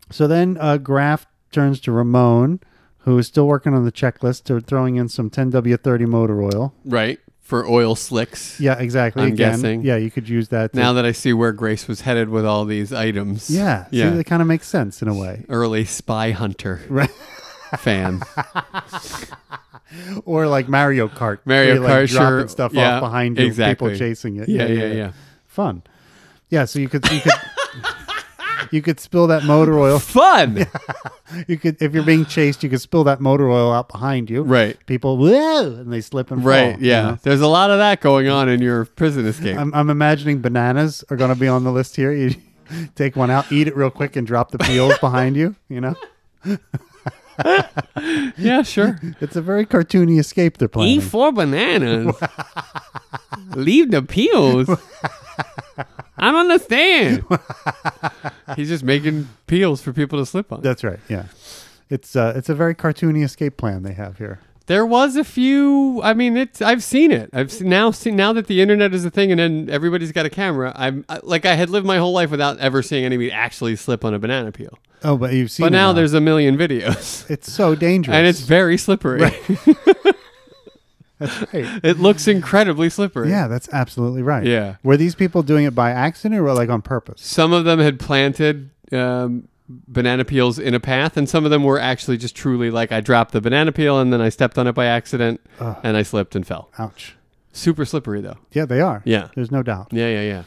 So then, uh, Graf turns to Ramon, who is still working on the checklist, to throwing in some 10W30 motor oil.
Right. For oil slicks.
Yeah, exactly.
I'm
Again,
guessing.
Yeah, you could use that. to-
Now that I see where Grace was headed with all these items.
yeah. See,
Yeah.
that kind of makes sense in a way.
Early spy hunter
Right.
fan.
or like Mario Kart.
Mario
where you're, like
Kart,
dropping
sure.
stuff
Yeah,
off behind you,
exactly.
people chasing it.
Yeah, yeah, yeah.
Fun. Yeah, so you could you could you could spill that motor oil.
Fun.
You could if you're being chased, you could spill that motor oil out behind you.
Right.
People whoa and they slip and fall.
Right.
you
yeah.
know?
There's a lot of that going on in your prison escape.
Oh, I'm I'm imagining bananas are gonna be on the list here. You take one out, eat it real quick and drop the peels behind you, you know?
yeah, sure.
It's a very cartoony escape they're planning.
Eat E four bananas. Leave the peels. I don't understand. He's just making peels for people to slip on.
That's right, yeah. It's uh it's a very cartoony escape plan they have here.
There was a few. I mean, it's. I've seen it. I've seen, now seen now that the internet is a thing, and then everybody's got a camera. I'm I, like I had lived my whole life without ever seeing anybody actually slip on a banana peel.
Oh, but you've seen
But
it
now there's a million videos,
It's so dangerous.
and it's very slippery.
That's right.
it looks incredibly slippery.
Yeah, that's absolutely right.
Yeah.
Were these people doing it by accident or like on purpose?
Some of them had planted um, banana peels in a path, and some of them were actually just truly like I dropped the banana peel and then I stepped on it by accident, and I slipped and fell.
Ouch.
Super slippery though.
Yeah, they are.
Yeah.
There's no doubt.
Yeah, yeah, yeah,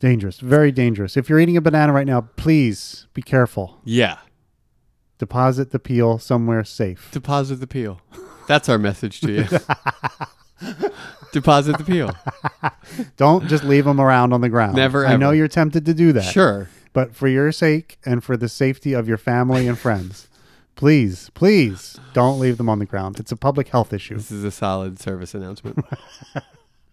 Dangerous. Very dangerous. If you're eating a banana right now, please be careful.
yeah.
Deposit the peel somewhere safe.
Deposit the peel. That's our message to you. Deposit the peel.
Don't just leave them around on the ground.
Never,
I know
ever.
you're tempted to do that.
Sure.
But for your sake and for the safety of your family and friends, Please, please don't leave them on the ground. It's a public health issue.
This is a solid service announcement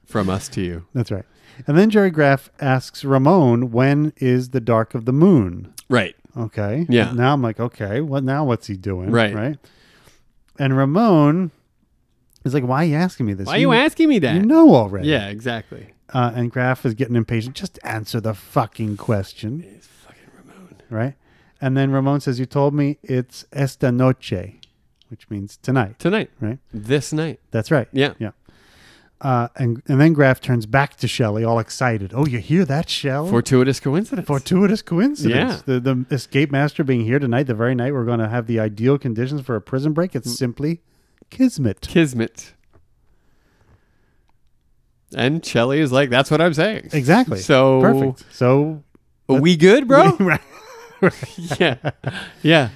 from us to you.
That's right. And then Jerry Graff asks Ramon, when is the dark of the moon?
Right.
Okay.
Yeah.
Now I'm like, okay, what now what's he doing?
Right.
Right. And Ramon is like, why are you asking me this?
Why are you asking me that?
You know already.
Yeah, exactly.
Uh, and Graff is getting impatient. Just answer the fucking question. It's fucking Ramon. Right. And then Ramon says, you told me it's esta noche, which means tonight.
Tonight.
Right.
This night.
That's right.
Yeah.
Yeah. Uh, and and then Graff turns back to Shelley, all excited. Oh, you hear that, Shell?
Fortuitous coincidence.
Fortuitous coincidence. The
Yeah.
the escape master being here tonight, the very night we're going to have the ideal conditions for a prison break. It's
Mm.
simply kismet.
Kismet. And Chelly is like, that's what I'm saying.
Exactly.
So-
perfect. So,
Are we good, bro?
right.
yeah. Yeah.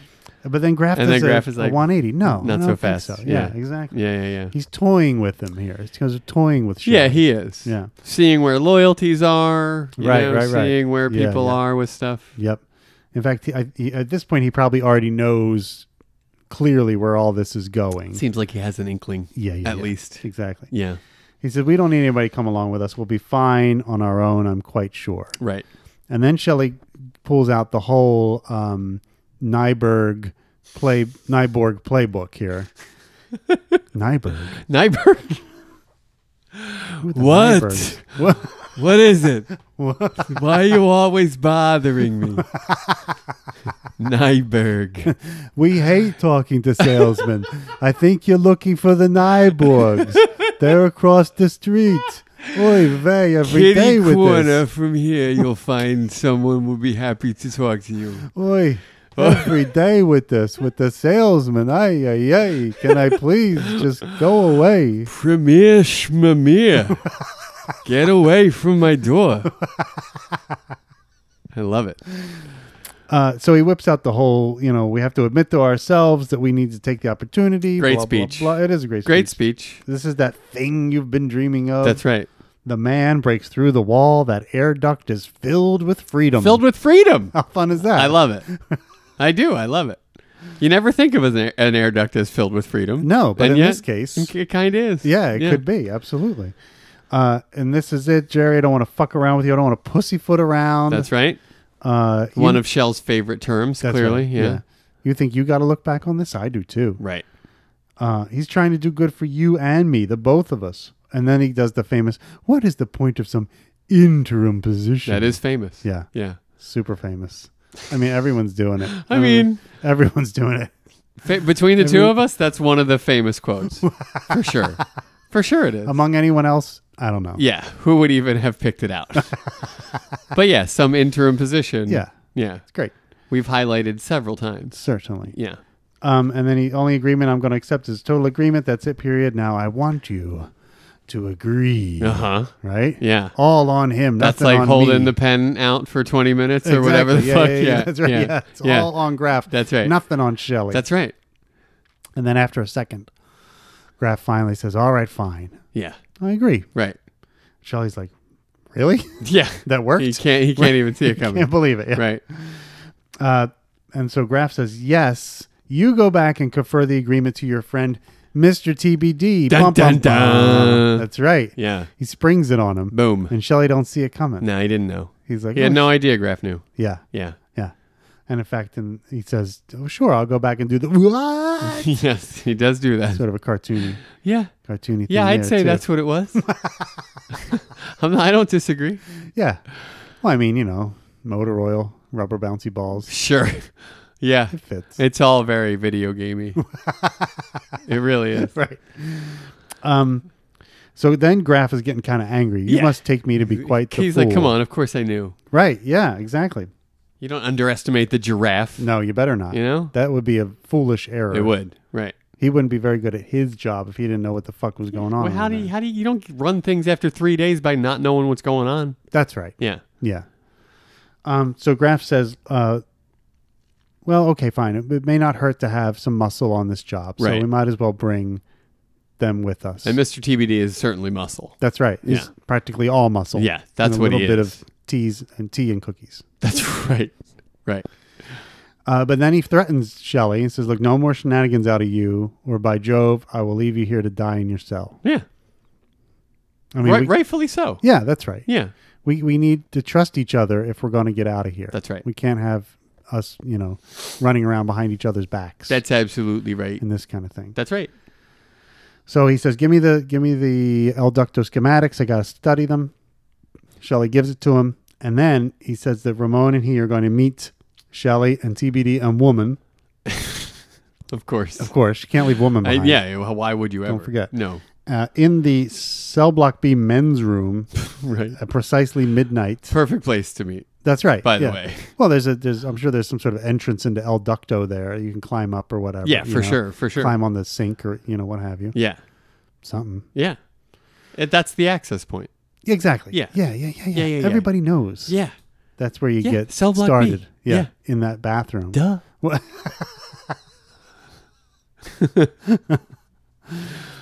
but then Graff
And
does
then
a-
Graff is
a
like,
180. No, I
Not
don't
so
think
fast.
so. Yeah, exactly.
Yeah, yeah, yeah.
He's toying with them here. He's kind of toying with. Shelley.
yeah, he is.
Yeah.
Seeing where loyalties are, you
Right,
know,
right, right.
seeing where
Yeah,
people
yeah.
are with stuff.
Yep. In fact, he, I, he, at this point, he probably already knows clearly where all this is going.
Seems like he has an inkling.
yeah, yeah,
at
yeah.
least.
exactly.
Yeah.
He said, "We don't need anybody to come along with us. We'll be fine on our own. I'm quite sure."
Right.
And then Shelley pulls out the whole um, Nyberg play Nyborg playbook here. Nyberg.
Nyberg.
Who the
What?
Nybergs? What?
What is it? Why are you always bothering me? Nyberg.
We hate talking to salesmen. I think you're looking for the Nyborgs. They're across the street. Oy vey, every day
Kitty
with
corner
this.
from here, you'll find someone will be happy to talk to you.
Oi, every day with this, with the salesman. Ay, ay, ay. Can I please just go away?
Premier Schmamir, get away from my door. I love it.
Uh, so he whips out the whole, you know, we have to admit to ourselves that we need to take the opportunity.
Great
blah, blah,
speech.
Blah, It is a great,
Great
speech.
speech.
This is that thing you've been dreaming of.
That's right.
The man breaks through the wall. That air duct is filled with freedom.
Filled with freedom.
How fun is that?
I love it. I do. I love it. You never think of an air, an air duct as filled with freedom.
No, but
And
in
yet,
this case-
it kind of is.
Yeah, it could be absolutely. Uh, and this is it, Jerry. I don't want to fuck around with you. I don't want to pussyfoot around.
That's right.
uh, you-
One of Shell's favorite terms,
that's
clearly.
right,
Yeah.
You think you got to look back on this? I do too.
Right.
Uh, he's trying to do good for you and me, the both of us. And then he does the famous, "What is the point of some interim position?"
That is famous.
Yeah.
Yeah.
super famous. I mean, everyone's doing it. Uh,
I mean-
everyone's doing it.
Fa- between the two of us, that's one of the famous quotes. For sure. For sure it is.
Among anyone else, I don't know.
yeah. Who would even have picked it out? but yeah, some interim position.
Yeah.
Yeah.
great,
We've highlighted several times.
certainly.
Yeah.
Um, and then the only agreement I'm going to accept is total agreement. That's it. Period. Now I want you to agree.
Uh huh.
Right.
Yeah.
All on him.
That's
nothing
like
on
holding
me.
the pen out for 20 minutes or
Exactly.
whatever the
yeah,
fuck.
Yeah,
Yeah,
yeah, That's right. Yeah. It's
yeah.
all on Graf.
That's right.
Nothing on Shelley.
That's right.
and then after a second, Graf finally says, "All right, fine.
Yeah.
I agree."
Right.
Shelley's like, "Really?
Yeah.
that worked?
He can't he can't even see it coming.
Can't believe it." Yeah.
Right.
Uh, and so Graf says, "Yes, you go back and confer the agreement to your friend, Mister TBD."
Dun, dun, dun.
That's right.
Yeah.
He springs it on him.
Boom.
And Shelley don't see it coming.
No, he didn't know.
He's like,
He had
"Oh,
no
sh-
idea Graf knew.
yeah,
Yeah.
yeah." And in fact, and he says, "Oh, sure, I'll go back and do the what?"
yes, he does do that.
sort of a cartoony,
Yeah.
cartoony.
Yeah,
thing
I'd
there,
say
too.
that's what it was. I'm not, I don't disagree.
yeah. Well, I mean, you know, motor oil, rubber bouncy balls,
Sure. Yeah.
fits.
It's all very video gamey. it really is.
right. Um, so then Graf is getting kind of angry. You
Yeah.
must take me to be quite. The
He's like,
fool."
come on, of course I knew.
Right. Yeah. Exactly.
You don't underestimate the giraffe.
No, you better not.
You know?
that would be a foolish error.
It would. Right.
He wouldn't be very good at his job if he didn't know what the fuck was going on.
Well, how
over
do you,
there.
how do you, you don't run things after three days by not knowing what's going on?
That's right.
Yeah.
Yeah. Um, so Graf says, uh, well, okay, fine. It, it may not hurt to have some muscle on this job, so
Right.
we might as well bring them with us.
And Mr. TBD is certainly muscle.
that's right. He's
Yeah.
practically all muscle.
Yeah, that's
and a
what
little
he
bit
is.
of teas and tea and cookies.
That's right. Right.
Uh, but then he threatens Shelley and says, Look, no more shenanigans out of you, or by Jove, I will leave you here to die in your cell.
Yeah.
I mean,
right,
we-
rightfully so.
yeah, that's right.
Yeah.
We, we need to trust each other if we're going to get out of here.
That's right.
We can't have us, you know, running around behind each other's backs
That's absolutely right.
and this kind of thing.
That's right.
So he says, "Give me the give me the El Ducto schematics. I gotta study them." Shelley gives it to him, and then he says that Ramon and he are going to meet Shelley and TBD and Woman.
Of course.
Of course, you can't leave Woman
I,
behind.
yeah. well, Why would you ever?
forget.
No.
uh, in the cell block B men's room
Right.
at precisely midnight.
Perfect place to meet.
That's right.
By the
yeah.
way.
well, there's a there's I'm sure there's some sort of entrance into El Ducto there. You can climb up or whatever.
Yeah,
you
for
know.
sure, for sure.
Climb on the sink or you know what have you.
Yeah.
Something.
Yeah. It, that's the access point.
Exactly.
Yeah.
Yeah. Yeah. Yeah. Yeah.
Yeah, yeah, yeah.
Everybody knows.
Yeah.
That's where you
Yeah,
get
cell block B.
started. Yeah,
Yeah.
in that bathroom.
Duh.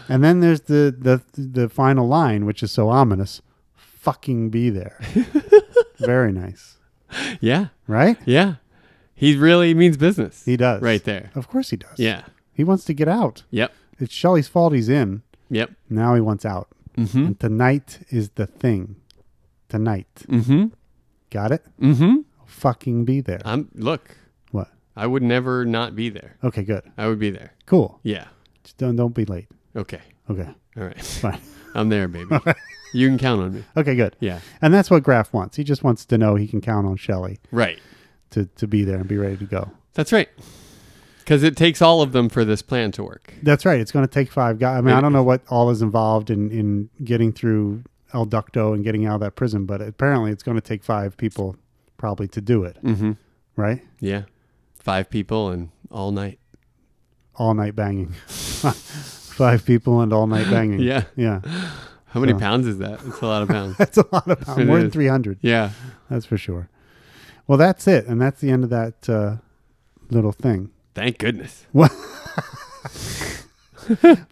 And then there's the the the final line, which is so ominous. Fucking be there. Very nice,
Yeah.
right?
Yeah. He really means business.
He does
Right there.
Of course he does.
Yeah.
he wants to get out.
Yep.
It's Shelley's fault he's in.
Yep.
Now he wants out. Mm-hmm. And tonight is the thing. Tonight.
Mm.
Mm-hmm. Got it. Mm-hmm. Fucking be there.
I'm look.
what?
I would never not be there.
Okay, good,
I would be there.
cool.
Yeah.
Just don't don't be late.
Okay.
Okay,
All right.
fine.
I'm there, baby. you can count on me.
okay, good.
Yeah.
And that's what Graf wants. He just wants to know he can count on Shelley
Right.
to, to be there and be ready to go.
That's right. Because it takes all of them for this plan to work.
That's right. It's going to take five guys. I mean, I
And-
don't know what all is involved in, in getting through El Ducto and getting out of that prison, but apparently it's going to take five people probably to do it. Mm-hmm. Right?
Yeah. Five people and all night.
All night banging. five people and all night banging.
Yeah.
Yeah.
How many pounds is that? It's a lot of pounds.
That's a lot of pounds.
It
More than
is.
300.
yeah.
That's for sure. Well, that's it. And that's the end of that uh, little thing.
Thank goodness.
But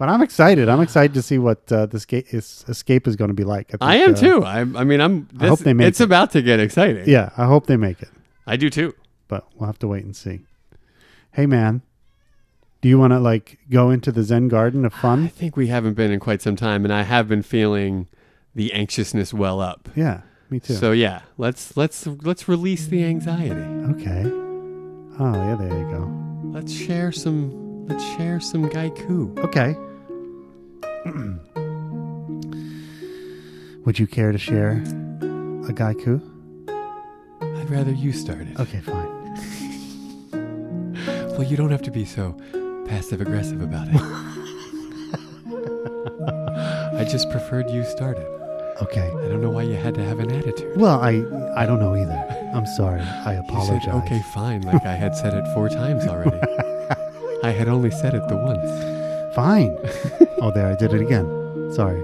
I'm excited. I'm excited to see what uh, this ga- is, escape is going to be like. think,
I am
uh,
too. I, I mean, I'm. This,
hope they make
It's
it.
about to get exciting.
Yeah, I hope they make it,
I do too.
but we'll have to wait and see. Hey, man, do you want to like go into the Zen Garden of
I
Fun?
think we haven't been in quite some time, and I have been feeling the anxiousness well up.
Yeah, me too.
So yeah, let's let's let's release the anxiety.
okay. Oh yeah, there you go.
Let's share some let's share some gaiku.
Okay. Would you care to share a gaiku?
I'd rather you started.
Okay, fine.
Well, you don't have to be so passive aggressive about it. I just preferred you started.
Okay.
I don't know why you had to have an attitude.
Well, I I don't know either. I'm sorry. I
You
apologize.
said, okay, fine, like I had said it four times already. I had only said it the once.
Fine. oh, there, I did it again. Sorry.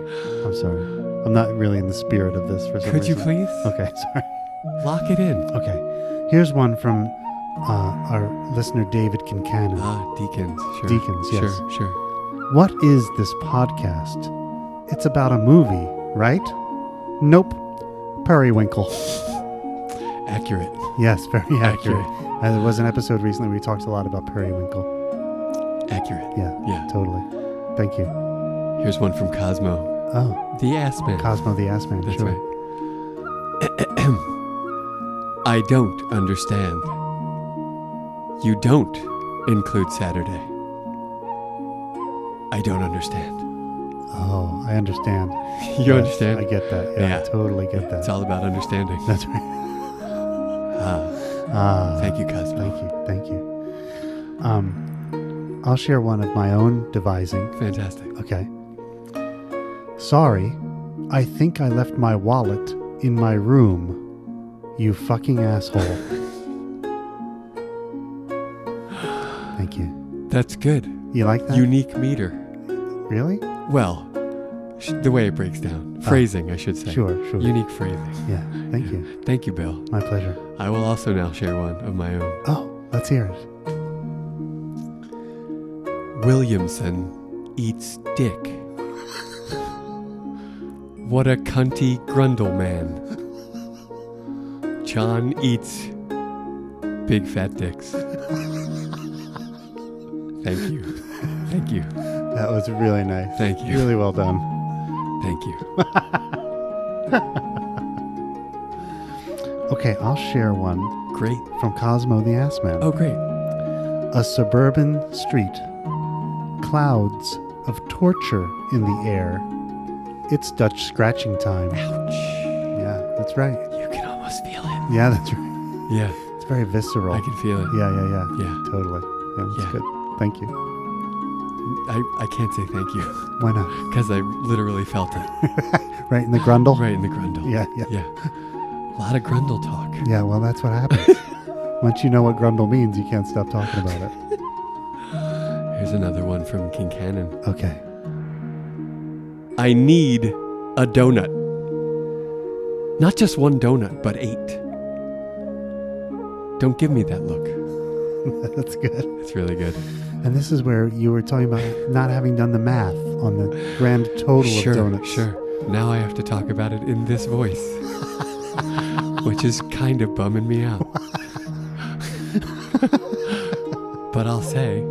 I'm sorry. I'm not really in the spirit of this for some
Could you
reason.
please
Okay, sorry.
lock it in?
Okay. Here's one from uh, our listener, David Kincannon.
Ah, deacons, sure.
Deacons, yes.
Sure, sure.
What is this podcast? It's about a movie, right? Nope. Periwinkle.
Accurate.
Yes, very accurate.
Accurate.
Uh, there was an episode recently where we talked a lot about periwinkle.
Accurate.
Yeah,
Yeah.
totally. Thank you.
Here's one from Cosmo.
Oh,
The ass man.
Cosmo the Ass Man.
That's
sure.
right. I don't understand. You don't include Saturday. I don't understand.
Oh, I understand.
You
Yes,
understand?
I get that. Yeah, I
Yeah.
totally get that.
It's all about understanding.
That's right.
Ah,
Ah,
thank you, Cosmo.
thank you, thank you. Um, I'll share one of my own devising.
Fantastic.
Okay. Sorry, I think I left my wallet in my room. You fucking asshole. thank you.
That's good.
You like that?
Unique meter.
really?
Well, sh- the way it breaks down. Phrasing, I should say.
Uh, Sure, sure.
Unique phrasing.
Yeah. Thank you.
Thank you, Bill.
My pleasure.
I will also now share one of my own.
Oh, let's hear it.
Williamson eats dick. What a cunty grundle man. John eats big fat dicks. Thank you. Thank you.
That was really nice.
Thank you.
Really well done.
Thank you.
Okay, I'll share one
Great.
from Cosmo the Ass Man.
Oh, great.
A suburban street. Clouds of torture in the air. It's Dutch scratching time.
Ouch.
Yeah, that's right.
You can almost feel it.
Yeah, that's right.
Yeah,
It's very visceral.
I can feel it.
Yeah, yeah, yeah.
Yeah.
Totally. Yeah, that's
Yeah.
good. Thank you.
I, I can't say thank you
Why not?
because I literally felt it
Right in the grundle?
right in the grundle.
Yeah, yeah.
Yeah. A lot of grundle talk.
Yeah, well, that's what happens. Once you know what grundle means, you can't stop talking about it.
Here's another one from King Cannon.
Okay.
I need a donut. Not just one donut, but eight. Don't give me that look.
That's good.
It's really good.
And this is where you were talking about not having done the math on the grand total
sure,
of donuts.
sure. Now I have to talk about it in this voice, which is kind of bumming me out. but I'll say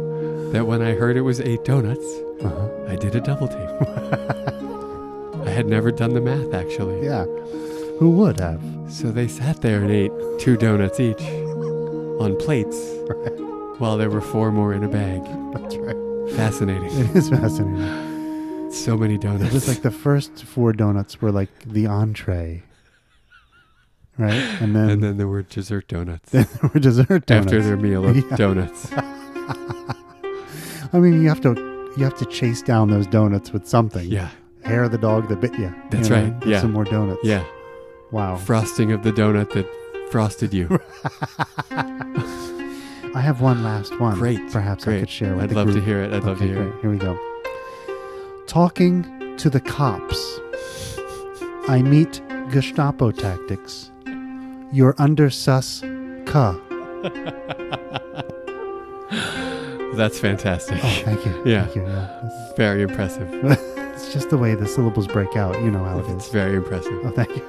that when I heard it was eight donuts,
Uh-huh.
I did a double take. I had never done the math actually.
Yeah. Who would have?
So they sat there and ate two donuts each on plates while there were four more in a bag.
That's right.
Fascinating.
It is fascinating.
so many
It
donuts.
was like the first four donuts were like the entree, right? And then,
and then there were dessert donuts.
then there were dessert donuts.
after their meal of donuts.
I mean, you have to you have to chase down those donuts with something.
Yeah,
Hair of the dog that bit you.
That's
you know,
right.
get
Yeah.
Some more donuts.
yeah.
Wow.
Frosting of the donut that frosted you.
I have one last one.
Great.
Perhaps I
great.
could share with
I'd
the
love to
group.
hear it. I'd love to
Okay,
hear
great.
it.
Here we go. Talking to the cops. I meet Gestapo tactics. You're under sus ka.
That's fantastic.
Thank you.
Yeah.
Thank you. Yeah.
Very impressive.
That's- it's just the way the syllables break out. You know how it
It's
is.
very impressive.
Oh, thank you.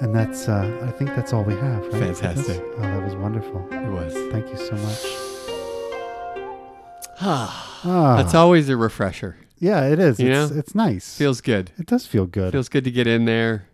And that's, uh, I think that's all we have, right? for this?
Fantastic.
Oh, that was wonderful.
It was.
Thank you so much.
Ah,
Ah,
That's always a refresher.
yeah, it is.
You
It's,
know?
it's nice.
Feels good.
it does feel good.
Feels good to get in there.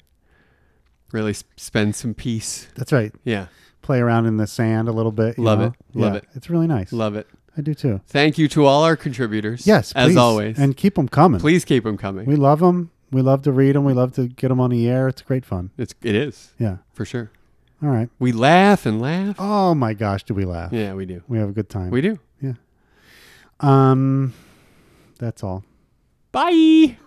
Really s- spend some peace.
that's right.
Yeah,
play around in the sand a little bit. you
Love
know?
it. Love
Yeah,
it.
It's really nice.
love it.
I do too.
Thank you to all our contributors.
Yes,
as
please.
always.
and keep them coming.
please keep them coming.
we love them. We love to read them. We love to get them on the air. It's great fun.
it's it is
Yeah.
for sure.
All right.
We laugh and laugh.
Oh my gosh, do we laugh?
Yeah, we do.
We have a good time.
We do.
Um, that's all.
Bye.